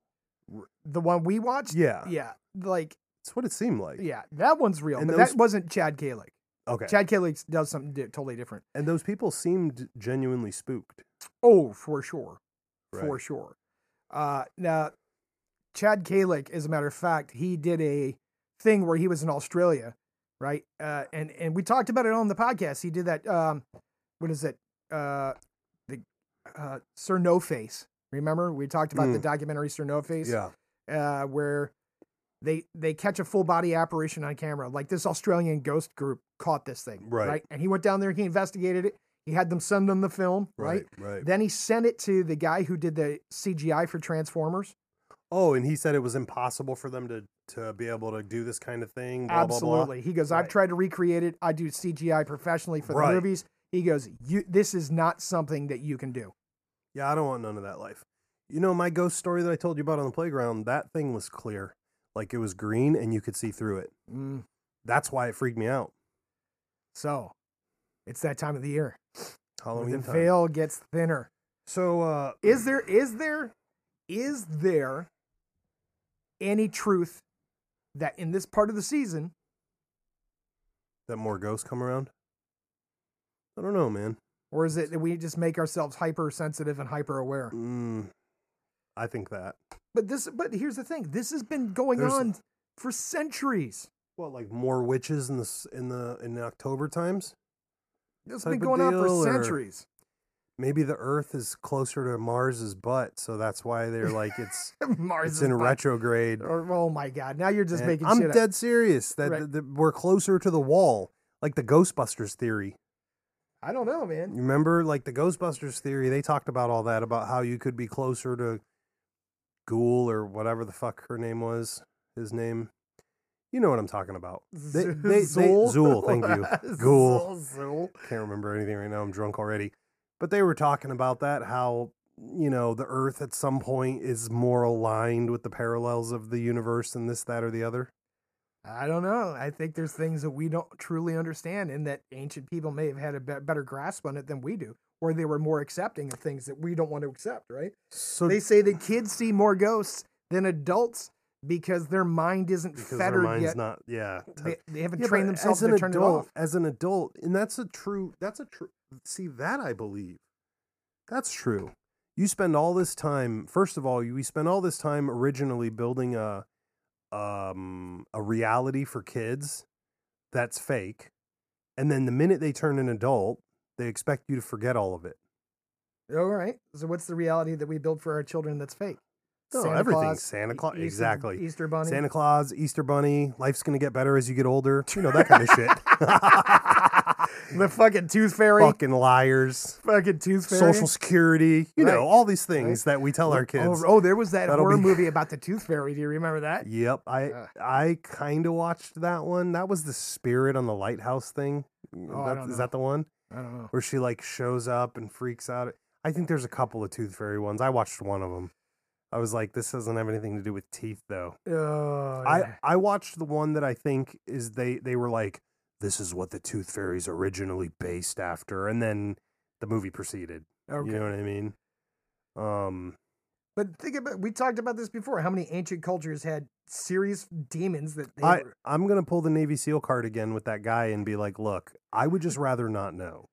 the one we watched.
Yeah,
Yeah, like
that's what it seemed like.
yeah, that one's real,
And
but
those-
that wasn't Chad Kalick.
Okay,
Chad Kalick does something di- totally different.
and those people seemed genuinely spooked.
Oh, for sure, for
Right.
sure. Uh, now, Chad Kalick, as a matter of fact, he did a thing where he was in Australia, right? Uh, and and we talked about it on the podcast. He did that. Um, what is it? Uh, the uh, Sir No Face. Remember we talked about the
Mm.
documentary Sir No Face.
Yeah,
uh, where they they catch a full body apparition on camera. Like this Australian ghost group caught this thing,
Right.
And he went down there, he investigated it. He had them send them the film, right?
right.
Then he sent it to the guy who did the CGI for Transformers.
Oh, and he said it was impossible for them to to be able to do this kind of thing. Blah, Blah, blah.
Absolutely, he goes, "I've
Right.
tried to recreate it. I do CGI professionally for the
Right.
movies." He goes, "You, this is not something that you can do."
Yeah, I don't want none of that life. You know, my ghost story that I told you about on the playground, that thing was clear. Like it was green and you could see through it.
Mm.
That's why it freaked me out.
So, it's that time of the year. where
Halloween
the
time.
veil gets thinner.
So uh
is there is there is there any truth that in this part of the season
that more ghosts come around? I don't know, man.
or is it that we just make ourselves hypersensitive and hyper aware
Mm, I think that.
but this but here's the thing this has been going
There's-
on for centuries
Well, like more witches in the s- in the in the October times?
this has
Type
been
of
going on
deal,
for
or-
centuries *laughs*
Maybe the earth is closer to Mars's butt, so that's why they're
*laughs*
like it's
mars
it's
is
in
back.
retrograde.
Or- oh my god now you're just
And
making
I'm
shit up.
dead serious that
Right.
th- that we're closer to the wall, like the Ghostbusters theory.
i don't know man
You remember, like the Ghostbusters theory, they talked about all that about how you could be closer to Ghoul or whatever the fuck her name was, his name. You know what I'm talking about. They- they-
*laughs*
they- Zool, thank you. Ghoul.
Zool, Zool.
Can't remember anything right now. I'm drunk already. But they were talking about that how you know the Earth at some point is more aligned with the parallels of the universe and this, that, or the other.
I don't know. I think there's things that we don't truly understand, and that ancient people may have had a be- better grasp on it than we do, or they were more accepting of things that we don't want to accept, right?
So
they say that kids see more ghosts than adults because their mind isn't
because their
fettered
mind's
yet.
not, yeah, t-
They, they haven't
Yeah,
trained
but
themselves
as an
to turn
adult,
it off.
As an adult, and that's a true. That's a true. See that I believe. That's true. You spend all this time. First of all, you- we spend all this time originally building a um a reality for kids that's fake, and then the minute they turn an adult, they expect you to forget all of it.
All right. So what's the reality that we build for our children that's fake?
No, everything's Santa Claus.
E-, Easter-
exactly.
Easter bunny.
Santa Claus, Easter Bunny, life's gonna get better as you get older. You
*laughs*
know that kind of shit.
*laughs* the fucking tooth fairy.
Fucking liars.
Fucking tooth fairy.
Social Security. You
Right.
know all these things that we tell our kids.
Oh, oh, there was that
That'll
horror
be-
movie about the tooth fairy. Do you remember that?
Yep, I
Uh.
I kind of watched that one. That was the spirit on the lighthouse thing.
Oh, I
That-
don't
is
know.
that the one
I don't know.
where she like shows up and freaks out? I think there's a couple of Tooth Fairy ones. I watched one of them. I was like, this doesn't have anything to do with teeth though.
Oh, yeah.
I I watched the one that I think is they they were like, this is what the Tooth Fairy's originally based after, and then the movie proceeded.
okay.
You know what I mean? Um,
But think about we talked about this before. How many ancient cultures had serious demons that they
I
were-
I'm gonna pull the Navy SEAL card again with that guy and be like, look, I would just rather not know.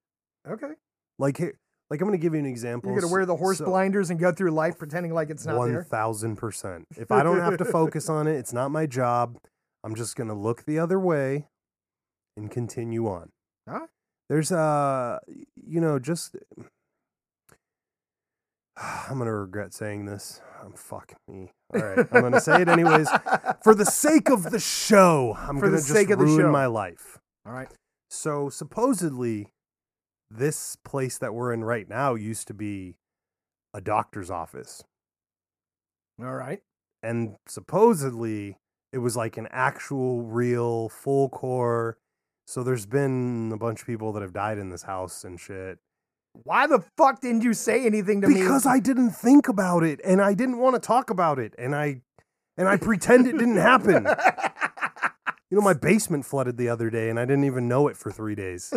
Okay.
Like here, like I'm gonna give you an example.
You're gonna wear the horse blinders and go through life pretending like it's not
One
there.
thousand percent. If I don't
*laughs*
have to focus on it, it's not my job. I'm just gonna look the other way and continue on.
Huh?
There's uh you know, just *sighs* I'm gonna regret saying this. Um, fuck me. All right, I'm gonna say
*laughs*
it anyways. For the sake of the show, I'm
For
gonna
the
just
sake of the
ruin
show.
my life.
All right.
So supposedly, this place that we're in right now used to be a doctor's office,
All right.
and supposedly it was like an actual, real, full core. So there's been a bunch of people that have died in this house and shit.
Why the fuck didn't you say anything to
Because
me?
I didn't think about it, and I didn't want to talk about it, and I, and I pretend it didn't
*laughs*
happen. You know, my basement flooded the other day, and I didn't even know it for three days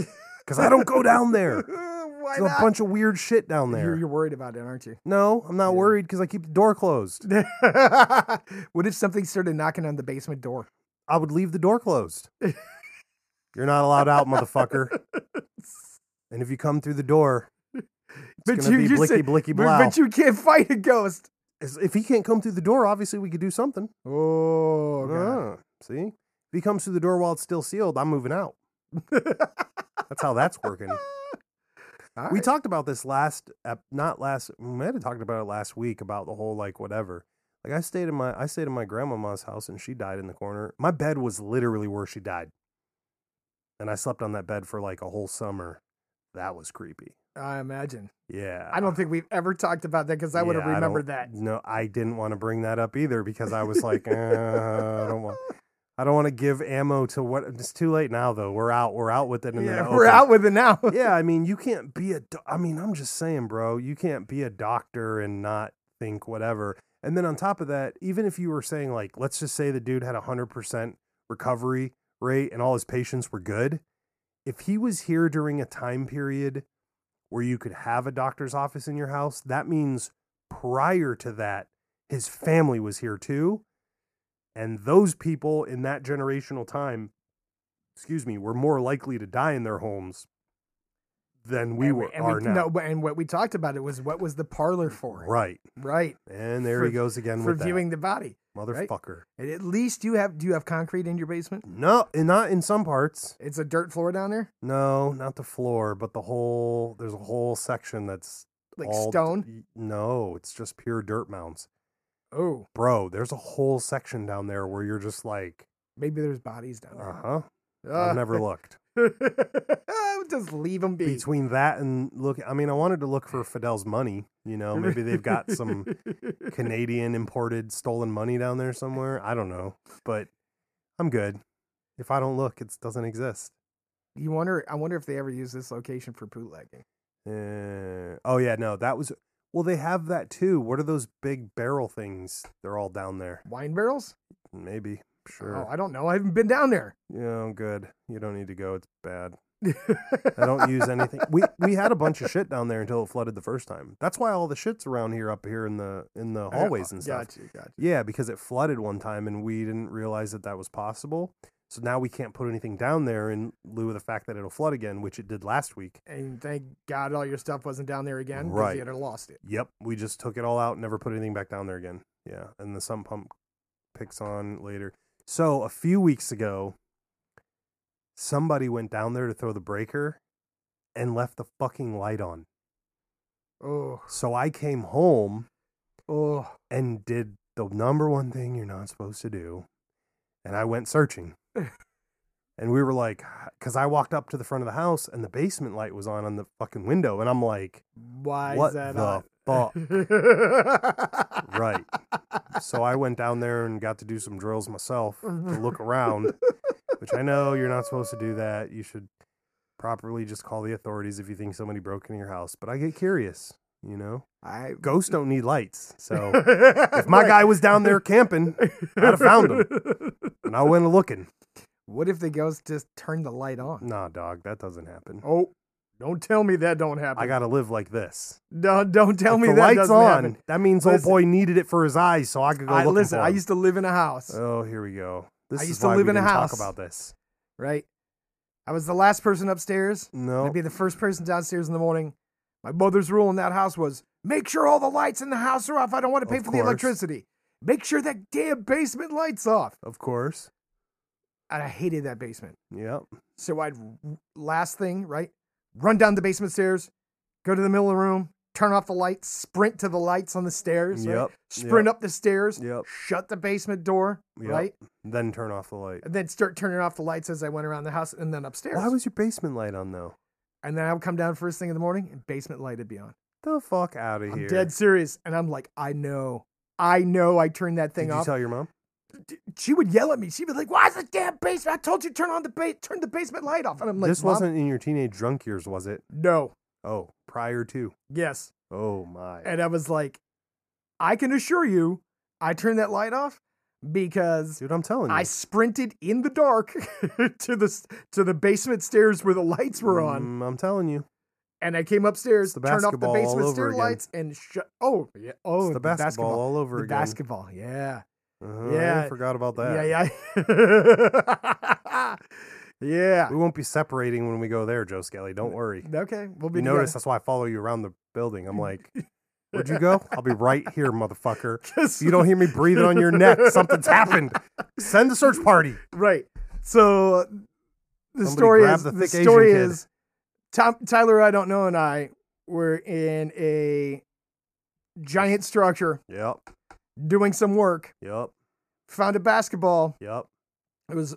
because I don't go down there.
*laughs* Why
There's a
not?
bunch of weird shit down there.
You're, you're worried about
*laughs*
it, aren't you? *laughs*
No, I'm not
Yeah.
worried because I keep the door closed.
what if something started knocking on the basement door?
I would leave the door closed.
*laughs*
You're not allowed out, motherfucker. And if you come through the door, it's
But
gonna
you-
be
you
blicky
said-
blicky
But-
blow.
But you can't fight a ghost.
if he can't come through the door, obviously we could do something.
Oh, God.
Ah, see, if he comes through the door while it's still sealed, I'm moving
*laughs*
out. That's how that's working.
All
We
right.
talked about this last, ep- not last. We might have talked about it last week about the whole like whatever. Like I stayed in my, I stayed in my grandmama's house and she died in the corner. My bed was literally where she died, and I slept on that bed for like a whole summer. That was creepy.
I imagine.
Yeah,
I don't think we've ever talked about that because I would have
Yeah, I
remembered
don't-
that.
No, I didn't want to bring that up either because I was like, uh, I don't
*laughs*
want. I don't want to give ammo to what. It's too late now, though. We're out. We're out with it. In
Yeah,
the
*laughs* we're
open
out with it now. *laughs*
yeah, I mean, you can't be a. Do- I mean, I'm just saying, bro, you can't be a doctor and not think whatever. And then on top of that, even if you were saying like, let's just say the dude had a hundred percent recovery rate and all his patients were good, if he was here during a time period where you could have a doctor's office in your house, that means prior to that, his family was here too, and those people in that generational time. Excuse me, were more likely to die in their homes than we
And
were
and
are
we,
now.
No, but- and what we talked about it was what was the parlor for,
Right.
Right,
And there he
For-
goes again
for
with
viewing the body.
that motherfucker.
And at least you have do you have concrete in your basement?
No, and not in some parts.
It's a dirt floor down there,
No, not the floor, but the whole. There's a whole section that's
like
all-
stone.
y- No, it's just pure dirt mounds,
Oh,
bro. There's a whole section down there where you're just like,
maybe there's bodies down
uh
there.
huh. I've never
*laughs*
looked
looked. Just leave them be.
between that and look. I mean, I wanted to look for Fidel's money. You know, maybe they've got some Canadian imported stolen money down there somewhere. I don't know, but I'm good. If I don't look, it doesn't exist.
*laughs* You wonder. I wonder if they ever use this location for bootlegging.
Uh, oh yeah, no, that was. Well, they have that too. What are those big barrel things? They're all down there.
Wine barrels?
Maybe.
Oh,
Sure.
I don't know. I haven't been down there.
Yeah, I'm good. You don't need to go. It's bad.
*laughs*
I don't use anything. We we had a bunch of shit down there until it flooded the first time. That's why all the shit's around here up here in the in
Oh,
the hallways and stuff.
Gotcha, gotcha.
Yeah, because it flooded one time and we didn't realize that that was possible. So now we can't put anything down there in lieu of the fact that it'll flood again, which it did last week.
And thank God all your stuff wasn't down there again. 'cause
Right.
You'd have lost it.
Yep, we just took it all out, never put anything back down there again. Yeah, and the sump pump picks on later. So a few weeks ago, somebody went down there to throw the breaker and left the fucking light on.
Oh,
So I came home
oh,
and did the number one thing you're not supposed to do. And I went searching. and we were like, because I walked up to the front of the house and the basement light was on on the fucking window. And I'm like,
why
what
is that
the
on? *laughs*
fuck? right. So I went down there and got to do some drills myself to look around, which I know you're not supposed to do that. You should properly just call the authorities if you think somebody broke into your house. But I get curious, you know?
I
Ghosts don't need lights. So if
*laughs*
my guy was down there camping I'd have found
him.
and I went looking,
*laughs* What if the ghost just turned the light on?
nah, dog, that doesn't happen.
Oh, don't tell me that don't happen.
I got to live like this.
don't, don't tell
If
me
the
that
lights
doesn't
on.
happen.
That means
Listen.
old boy needed it for his eyes, so I could go
I,
looking
listen,
for
I
him.
used to live in a house,
Oh, here we go. This
I
is
used to
why
live
we
in a
didn't
house.
Talk about this.
right? I was the last person upstairs.
No,
I'd be the first person downstairs in the morning. My mother's rule in that house was make sure all the lights in the house are off. I don't want to pay
Of
for the
course.
electricity. Make sure that damn basement light's off.
of course.
And I hated that basement.
Yep.
So I'd last thing, right? Run down the basement stairs, go to the middle of the room, turn off the lights, sprint to the lights on the stairs, right?
Yep,
sprint up the stairs,
Yep.
shut the basement door,
Yep.
right?
Then turn off the light.
And then start turning off the lights as I went around the house and then upstairs.
Why was your basement light on though?
and then I would come down first thing in the morning and basement light would be on.
The fuck out of
I'm
here.
dead serious. And I'm like, I know. I know I turned that thing
Did you
off.
tell your mom?
D- she would yell at me. She'd be like, Why is the damn basement? I told you turn on the ba- turn the basement light off. And I'm like,
this
"Mom,
wasn't in your teenage drunk years, was it?
No.
Oh, prior to.
Yes.
Oh my.
And I was like, I can assure you, I turned that light off because
Dude, I'm telling you.
I sprinted in the dark *laughs* to the s- to the basement stairs where the lights were on,
Mm, I'm telling you.
and I came upstairs,
It's the
turned off the
basketball all
basement stair
over again.
lights, and shut. Oh, yeah. Oh,
It's the, basketball, all over
the
again.
basketball. Yeah.
Uh-huh,
Yeah.
I forgot about that.
Yeah. Yeah. yeah. *laughs*
We won't be separating when we go there, Joe Skelly. Don't worry.
Okay. We'll be
You notice that's why I follow you around the building. I'm
*laughs*
like, where'd you go? I'll be right here, motherfucker.
*laughs*
If you don't hear me breathing on your neck, something's happened. Send the search party.
Right. So *laughs* the
Somebody
story
grab
is
the
the,
thick Asian
story
kid.
is Tom, Tyler I don't know and I were in a giant structure
Yep,
doing some work.
yep,
Found a basketball.
yep.
It was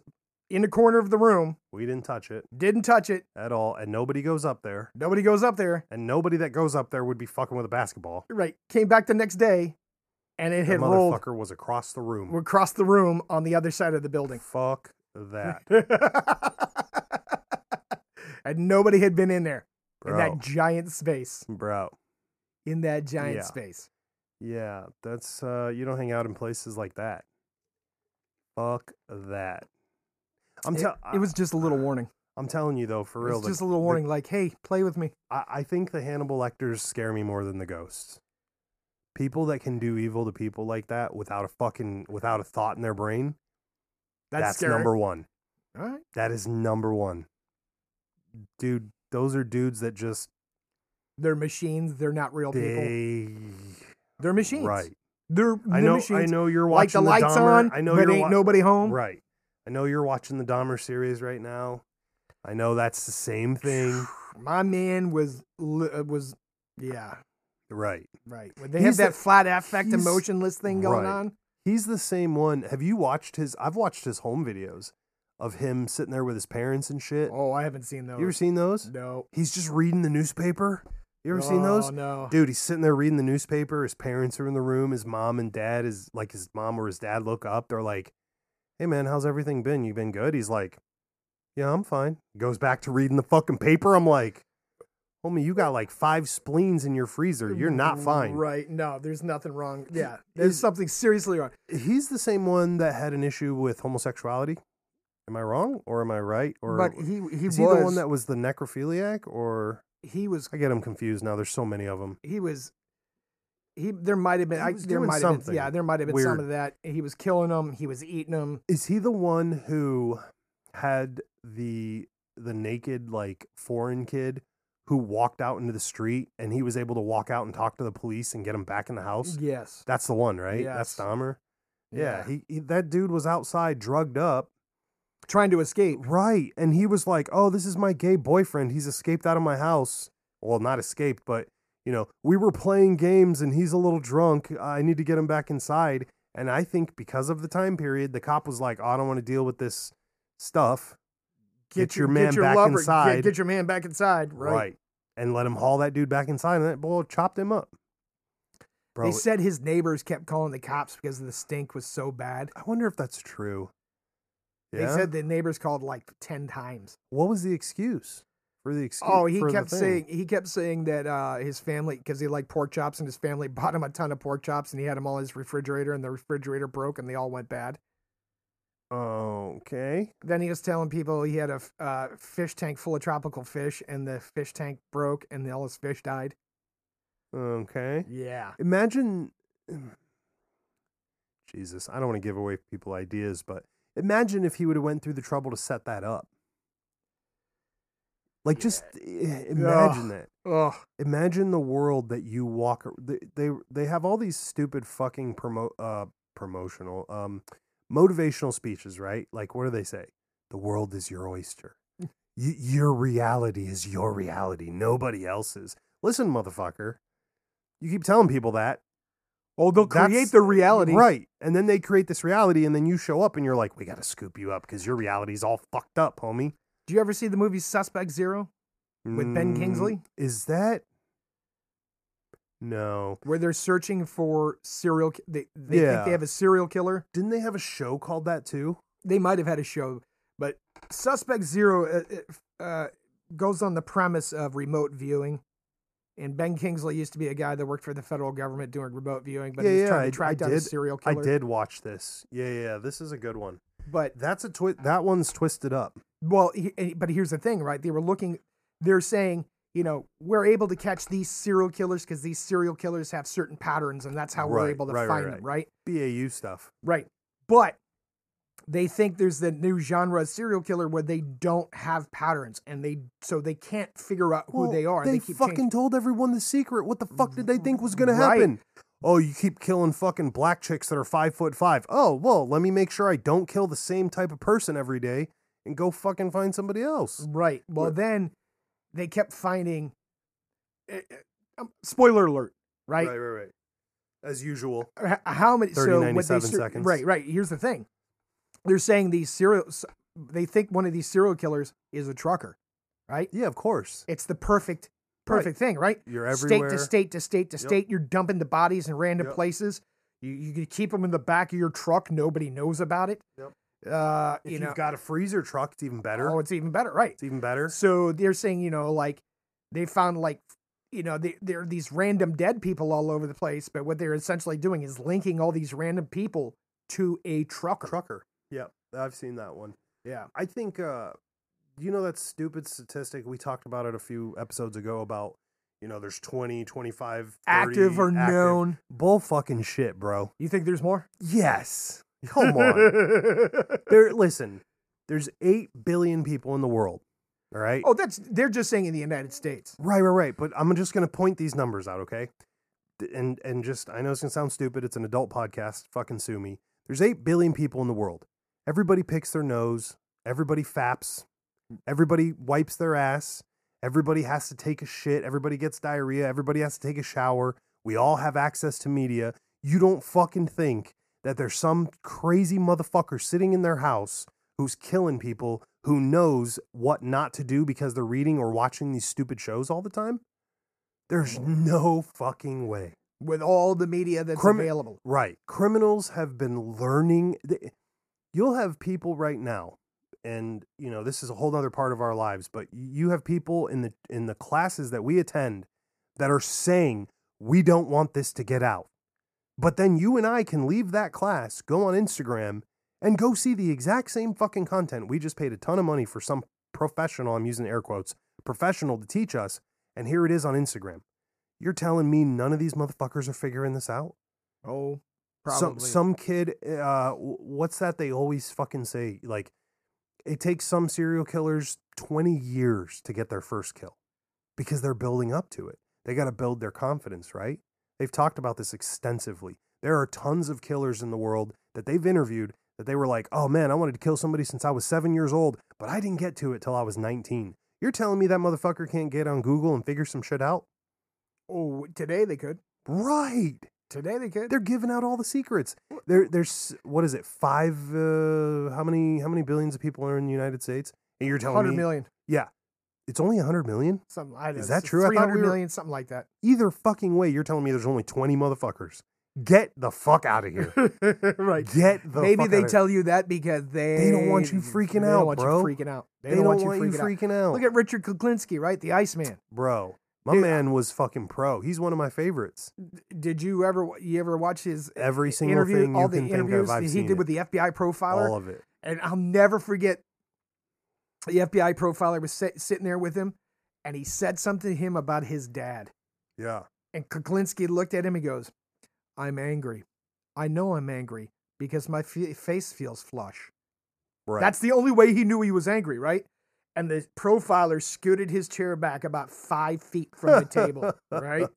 in the corner of the room.
We didn't touch it
Didn't touch it.
at all, and nobody goes up there.
Nobody goes up there.
And nobody that goes up there would be fucking with a basketball.
Right. Came back the next day and it
The
had rolled
motherfucker was across the room.
across the room on the other side of the building.
Fuck that,
*laughs* and nobody had been in there
bro.
in that giant space.
bro.
In that giant
Yeah.
space.
Yeah, that's uh you don't hang out in places like that. Fuck that. I'm
it,
tell
it was just
*sighs*
a little warning.
I'm telling you though, for
It
real.
was
the-
just a
Uh,
little
the-
warning, like, hey, play with me.
I, I think the Hannibal Lecters scare me more than the ghosts. People that can do evil to people like that without a fucking without a thought in their brain.
That's, scary.
number one.
All right.
That is number one. Dude, those are dudes that just
They're machines. They're not real people.
they
They're machines.
right.
They're,
I
they're
know.
machines.
I know you're
like the
watching
lights
Dahmer.
on,
I know
but
you're
ain't
wa-
nobody home.
Right. I know you're watching the Dahmer series right now. I know that's the same thing.
*sighs* My man was li- uh, was yeah
right.
right. When they
He's
have that
the-
flat affect,
he's-
emotionless thing going
right.
on.
He's the same one. Have you watched his I've watched his home videos of him sitting there with his parents and shit.
Oh, I haven't seen those.
you ever seen those?
No.
He's just reading the newspaper. You ever
no,
seen those?
Oh, No.
Dude, he's sitting there reading the newspaper. His parents are in the room. His mom and dad is like his mom or his dad look up. They're like, "Hey man, how's everything been? You been good?" He's like, "Yeah, I'm fine." Goes back to reading the fucking paper. I'm like, "Homie, you got like five spleens in your freezer. You're not fine."
Mm, Right. No. There's nothing wrong. Yeah.
is-
There's something seriously wrong.
He's the same one that had an issue with homosexuality. Am I wrong or am I right? Or
but he he
is
was
he the one that was the necrophiliac? Or
he was
I get him confused now. There's so many of them.
he was he there might have been
He
I,
was
there
doing
might have been,
something
yeah there might have been some
weird.
of that he was killing them he was eating them
Is he the one who had the the naked like foreign kid who walked out into the street and he was able to walk out and talk to the police and get him back in the house?
yes
That's the one, right?
Yes.
That's Dahmer. Yeah,
Yeah.
He, he that dude was outside drugged up,
trying to escape
right? And he was like, "Oh, this is my gay boyfriend. He's escaped out of my house. Well, not escaped, but you know, we were playing games and he's a little drunk. I need to get him back inside. And I think because of the time period, the cop was like, oh, I don't want to deal with this stuff. Get, your man back
lover- get-
inside.
Get, your man back inside. Right.
And let him haul that dude back inside. And that boy chopped him up. Bro,
They said his neighbors kept calling the cops because the stink was so bad.
I wonder if that's true.
They
Yeah.
said the neighbors called like ten times.
what was the excuse for the excuse?
Oh, he
for the
kept
thing?
saying he kept saying that uh, his family because he liked pork chops and his family *laughs* bought him a ton of pork chops and he had them all in his refrigerator and the refrigerator broke and they all went bad.
Okay.
Then he was telling people he had a f- uh, fish tank full of tropical fish and the fish tank broke and all his fish died.
Okay.
Yeah,
Imagine. Jesus, I don't want to give away people ideas, but imagine if he would have went through the trouble to set that up. Like, just i- imagine that.
Ugh.
Imagine the world that you walk. ar- They they, they have all these stupid fucking promo uh, promotional um motivational speeches, right? Like, what do they say? The world is your oyster. Y- your reality is your reality. Nobody else's. Listen, motherfucker. You keep telling people that.
Oh, they'll
That's-
create the reality.
Right. And then they create this reality, and then you show up and you're like, we got to scoop you up because your reality's all fucked up, homie.
Do you ever see the movie Suspect Zero with Ben
Mm,
Kingsley,
Is that. No.
where they're searching for serial? ki- They they think
Yeah.
they have a serial killer.
Didn't they have a show called that too?
they might have had a show, but Suspect Zero uh, uh, goes on the premise of remote viewing. And Ben Kingsley used to be a guy that worked for the federal government doing remote viewing, but
Yeah,
he was
yeah,
trying
I-
to track
I
down a
did-
serial killer.
I did watch this. Yeah, yeah, this is a good one.
But
That's a twi- that one's twisted up.
well, he, eh, but here's the thing, right? They were looking. They're saying, you know, we're able to catch these serial killers because these serial killers have certain patterns, and that's how we're
Right,
able to
right, right,
find them, right?
BAU stuff.
Right. But they think there's the new genre of serial killer where they don't have patterns and they so they can't figure out who
Well,
they are.
They,
and they keep
fucking
changing.
told everyone the secret. What the fuck did they think was gonna
Right.
happen? Oh, you keep killing fucking black chicks that are five foot five. Oh, well, let me make sure I don't kill the same type of person every day and go fucking find somebody else.
Right. Well,
What-
then they kept finding eh, eh, um, spoiler alert, right?
right, right. As usual.
H- How many
30,
so what they
97
ser-
seconds.
Right, right. Here's the thing. They're saying these serial they think one of these serial killers is a trucker, right?
Yeah, of course.
It's the perfect
Right.
perfect thing, right?
You're everywhere.
state to state to state to
Yep.
state. You're dumping the bodies in random
Yep.
places. You, you can keep them in the back of your truck. Nobody knows about it.
Yep.
Uh,
If
you
you
know,
have got a freezer truck, it's even better.
oh, it's even better, right?
it's even better.
So they're saying, you know, like they found like, you know, they, there are these random dead people all over the place. But what they're essentially doing is linking all these random people to a trucker.
Trucker. Yep, I've seen that one.
Yeah.
I think uh you know that stupid statistic we talked about it a few episodes ago about you know there's 20, 25, 30
Active or
active-
known.
bull fucking shit, bro.
You think there's more?
Yes. Come
*laughs*
on. *laughs* there listen. There's 8 billion people in the world. All right?
oh, that's they're just saying in the United States.
Right, right, right. But I'm just going to point these numbers out, okay? D- And and just I know it's going to sound stupid. It's an adult podcast. Fucking sue me. There's eight billion people in the world. Everybody picks their nose. Everybody faps. Everybody wipes their ass. Everybody has to take a shit. Everybody gets diarrhea. Everybody has to take a shower. We all have access to media. You don't fucking think that there's some crazy motherfucker sitting in their house who's killing people who knows what not to do because they're reading or watching these stupid shows all the time? There's no fucking way.
With all the media that's
Crimi-
available.
Right. Criminals have been learning. th- You'll have people right now, and you know this is a whole other part of our lives. But you have people in the in the classes that we attend that are saying we don't want this to get out. But then you and I can leave that class, go on Instagram, and go see the exact same fucking content. We just paid a ton of money for some professional. I'm using air quotes professional to teach us, and here it is on Instagram. You're telling me none of these motherfuckers are figuring this out?
Oh,
some
probably.
some kid uh w- what's that they always fucking say like it takes some serial killers 20 years to get their first kill because they're building up to it they got to build their confidence right they've talked about this extensively there are tons of killers in the world that they've interviewed that they were like oh man i wanted to kill somebody since i was 7 years old but i didn't get to it till i was 19 you're telling me that motherfucker can't get on google and figure some shit out
Oh, today they could.
Right.
Today they could.
They're giving out all the secrets. There, there's what is it? Five? Uh, how many? How many billions of people are in the United States? And you're telling
Hundred
me
million.
Yeah. It's only 100 million?
Something. I don't know,
Is that
it's
true? I thought we
300
were-
million, something like that.
Either fucking way, you're telling me there's only 20 motherfuckers. Get the fuck out of
*laughs*
here.
right.
Get the
Maybe
fuck
they
outta-
tell you that because they
They don't want you freaking
they
out,
don't want
bro.
You freaking out.
They, don't, want you freaking, out.
Look at Richard Kuklinski, right? The Iceman.
Bro, my
Dude,
man was fucking pro. He's one of my favorites.
Did you ever you ever watch his
Every single
interview?
thing you
all the
can think of,
interviews
I've
that he
seen
did
it.
with the FBI profiler,
all of it.
and I'll never forget. The FBI profiler was sit, sitting there with him, and he said something to him about his dad.
Yeah.
And Kuklinski looked at him and goes, "I'm angry. I know I'm angry because my fe- face feels flush."
Right.
That's the only way he knew he was angry, right? And the profiler scooted his chair back about five feet from the table,
*laughs*
right?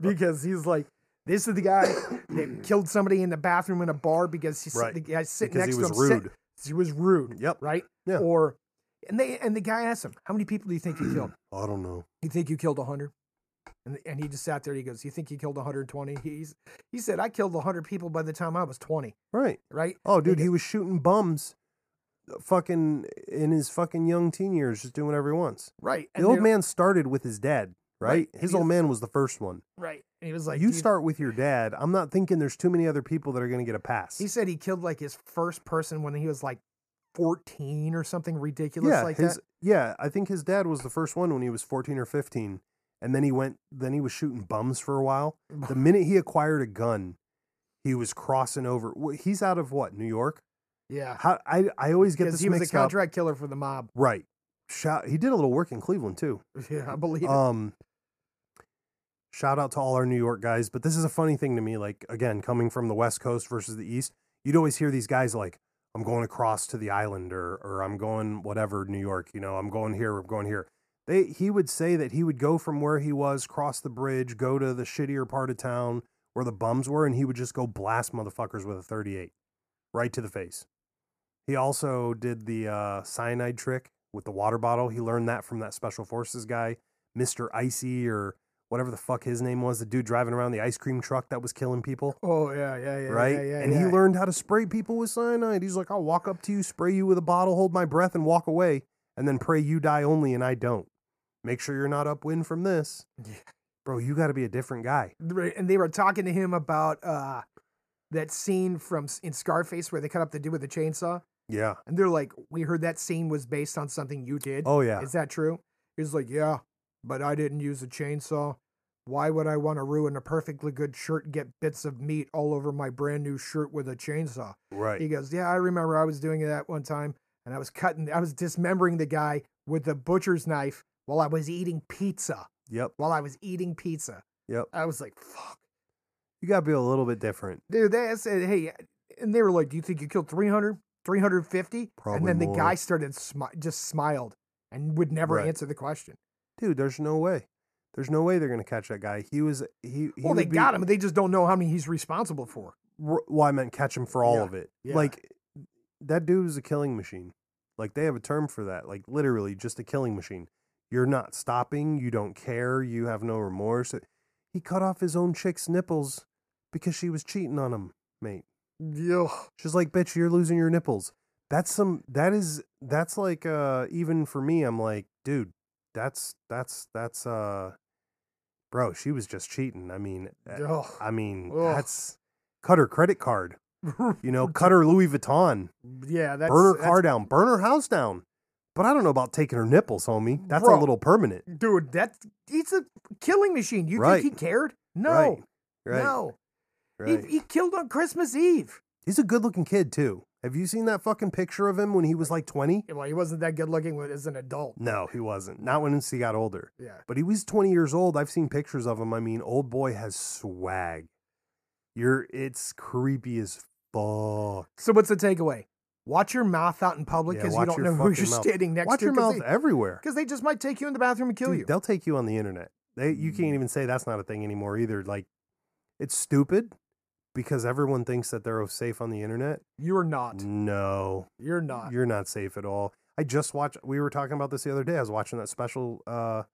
Because he's like, this is the guy
*clears throat*
that killed somebody in the bathroom in a bar because he's
Right.
the guy sitting
because
next
he was
to him. sit-
rude.
he was rude,
Yep.
right?
Yeah.
Or and they and the guy asked him, "How many people do you think you killed?
I don't know.
You think you killed 100?" And and he just sat there. He goes, "You think you killed 120?" He's he said, "I killed 100 people by the time I was 20."
Right.
Right?
Oh, dude,
They-
he was shooting bums uh, fucking in his fucking young teen years, just doing whatever he wants.
Right?
The old man started with his dad, right?
Right,
His
he-
old man was the first one.
Right? And he was like,
you
"Do
start with your dad. I'm not thinking there's too many other people that are going to get a pass.
He said he killed like his first person when he was like 14 or something ridiculous
yeah,
like
his,
that.
yeah. I think his dad was the first one when he was 14 or 15, and then he went. Then he was shooting bums for a while.
*sighs*
The minute he acquired a gun, he was crossing over. Wh- He's out of what New York?
Yeah.
How I I always get
Because
this
he was a
mixed up.
contract killer for the mob. *laughs*
Right. Shout. He did a little work in Cleveland too.
Yeah, I *laughs* believe it.
Um. Shout out to all our New York guys, but this is a funny thing to me. Like again, coming from the West Coast versus the East, you'd always hear these guys like, "I'm going across to the island," or "or I'm going whatever New York," you know, "I'm going here," "I'm going here." They he would say that he would go from where he was, cross the bridge, go to the shittier part of town where the bums were, and he would just go blast motherfuckers with a 38 right to the face. He also did the uh, cyanide trick with the water bottle. He learned that from that special forces guy, Mr. Icy or whatever the fuck his name was, the dude driving around the ice cream truck that was killing people.
Oh, yeah, yeah, yeah.
Right?
Yeah, yeah,
and he
yeah.
learned how to spray people with cyanide. He's like, I'll walk up to you, spray you with a bottle, hold my breath, and walk away, and then pray you die only and I don't. Make sure you're not upwind from this.
Yeah.
Bro, you got to be a different guy.
Right, And they were talking to him about uh, that scene from S- in Scarface where they cut up the dude with the chainsaw.
Yeah.
And they're like, we heard that scene was based on something you did.
Oh, yeah.
Is that true? He's like, yeah, but I didn't use a chainsaw. Why would I want to ruin a perfectly good shirt and get bits of meat all over my brand new shirt with a chainsaw? He
Right.
goes, yeah, I remember I was doing that one time and I was cutting, I was dismembering the guy with the butcher's knife while I was eating pizza.
Yep.
While I was eating pizza.
Yep.
I was like, fuck.
You got to be a little bit different.
Dude, they I said, hey, and they were like, do you think you killed 300, 350?
Probably
and then
more.
the guy started, smi- just smiled and would never
Right.
answer the question.
dude, there's no way. There's no way they're gonna catch that guy. He was he. he
well, they
would be,
got him. They just don't know how many he's responsible for.
r- Well, I meant catch him for all
Yeah,
of it.
yeah.
Like that dude was a killing machine. Like they have a term for that. Like literally, just a killing machine. You're not stopping. You don't care. You have no remorse. He cut off his own chick's nipples because she was cheating on him, mate.
Yeah.
She's like, bitch, you're losing your nipples. That's some. That is. That's like. Uh, even for me, I'm like, dude, that's that's that's. Uh, bro, she was just cheating. I mean, uh, I mean,
Ugh.
that's cut her credit card. You know, cut her Louis Vuitton.
*laughs* yeah, that's
burn her
that's-
car down. Burn her house down. But I don't know about taking her nipples, homie. That's a
Bro.
little permanent.
Dude, that he's a killing machine. You
Right.
think he cared? No.
Right. Right.
No.
Right.
He, he killed on Christmas Eve.
He's a good-looking kid too. Have you seen that fucking picture of him when he was like twenty?
Well, he wasn't that good looking when- as an adult.
No, he wasn't. Not when he got older.
Yeah.
But he was 20 years old. I've seen pictures of him. I mean, old boy has swag. You're it's creepy as fuck.
So what's the takeaway? Watch your mouth out in public
Yeah,
because you
watch
don't
your
know who
fucking
you're
mouth.
standing next
Watch
to.
your mouth
because
everywhere.
they, just might take you in the bathroom and kill
Dude,
you. Mm.
They'll take you on the internet. They you can't even say that's not a thing anymore either. Like it's stupid because everyone thinks that they're safe on the internet.
You're not.
No.
You're not.
You're not safe at all. I just watched. We were talking about this the other day. I was watching that special uh,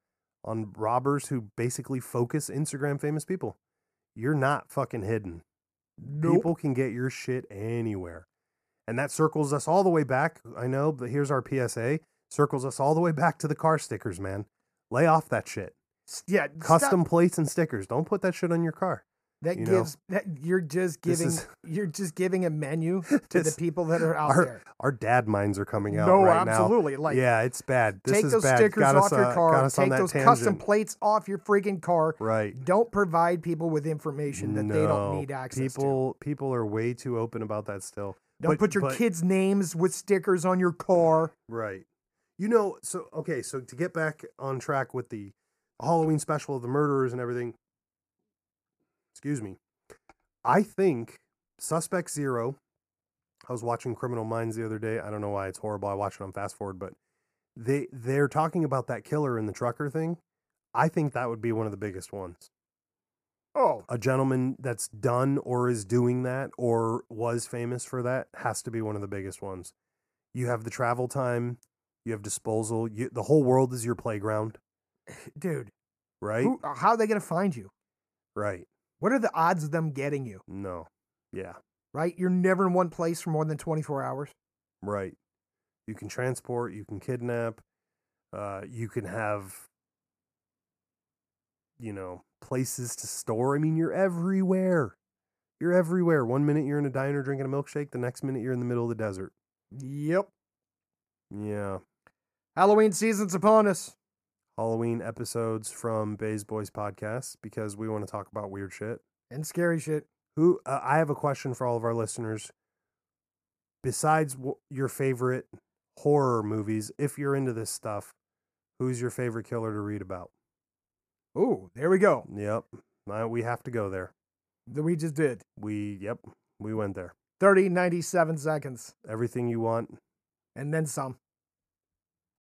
on robbers who basically focus Instagram famous people. You're not fucking hidden.
Nope.
People can get your shit anywhere. And that circles us all the way back. I know, but here's our PSA. Circles us all the way back to the car stickers, man. Lay off that shit.
S- Yeah,
Custom
stop.
plates and stickers. Don't put that shit on your car.
that
you know,
gives that you're just
this
giving
is- *laughs*
you're just giving a menu to the
This-
people that are out
our,
there.
our dad minds are coming *laughs* out
No,
right
absolutely.
now.
Like
yeah, it's bad. This
take
is
those
bad.
stickers
got
off
us,
your
uh,
car.
got us on
take
that
those
tangent.
custom plates off your freaking car.
right.
Don't provide people with information that they don't need access to.
people, People are way too open about that still.
Don't
but-
put your
but-
kids' names with stickers on your car.
Right. You know, so okay, so to get back on track with the Halloween special of the murderers and everything. Excuse me. I think Suspect Zero. I was watching Criminal Minds the other day. I don't know why it's horrible. I watch it on fast forward, but they they're talking about that killer and the trucker thing. I think that would be one of the biggest ones.
Oh,
A gentleman that's done or is doing that or was famous for that has to be one of the biggest ones. You have the travel time, you have disposal, you, the whole world is your playground,
dude,
right?
who, how are they going to find you?
Right.
What are the odds of them getting you?
No. Yeah.
Right? You're never in one place for more than 24 hours.
Right. You can transport, you can kidnap, uh, you can have, you know, places to store. I mean, you're everywhere. You're everywhere. One minute you're in a diner drinking a milkshake, the next minute you're in the middle of the desert.
Yep.
Yeah.
Halloween season's upon us.
Halloween episodes from Bay's Boys podcast because we want to talk about weird shit.
And scary shit.
Who uh, I have a question for all of our listeners. Besides wh- your favorite horror movies, if you're into this stuff, who's your favorite killer to read about?
Ooh, there we go.
Yep, Uh, we have to go there.
That we just did.
We yep, we went there.
30, 97 seconds.
Everything you want,
And then some.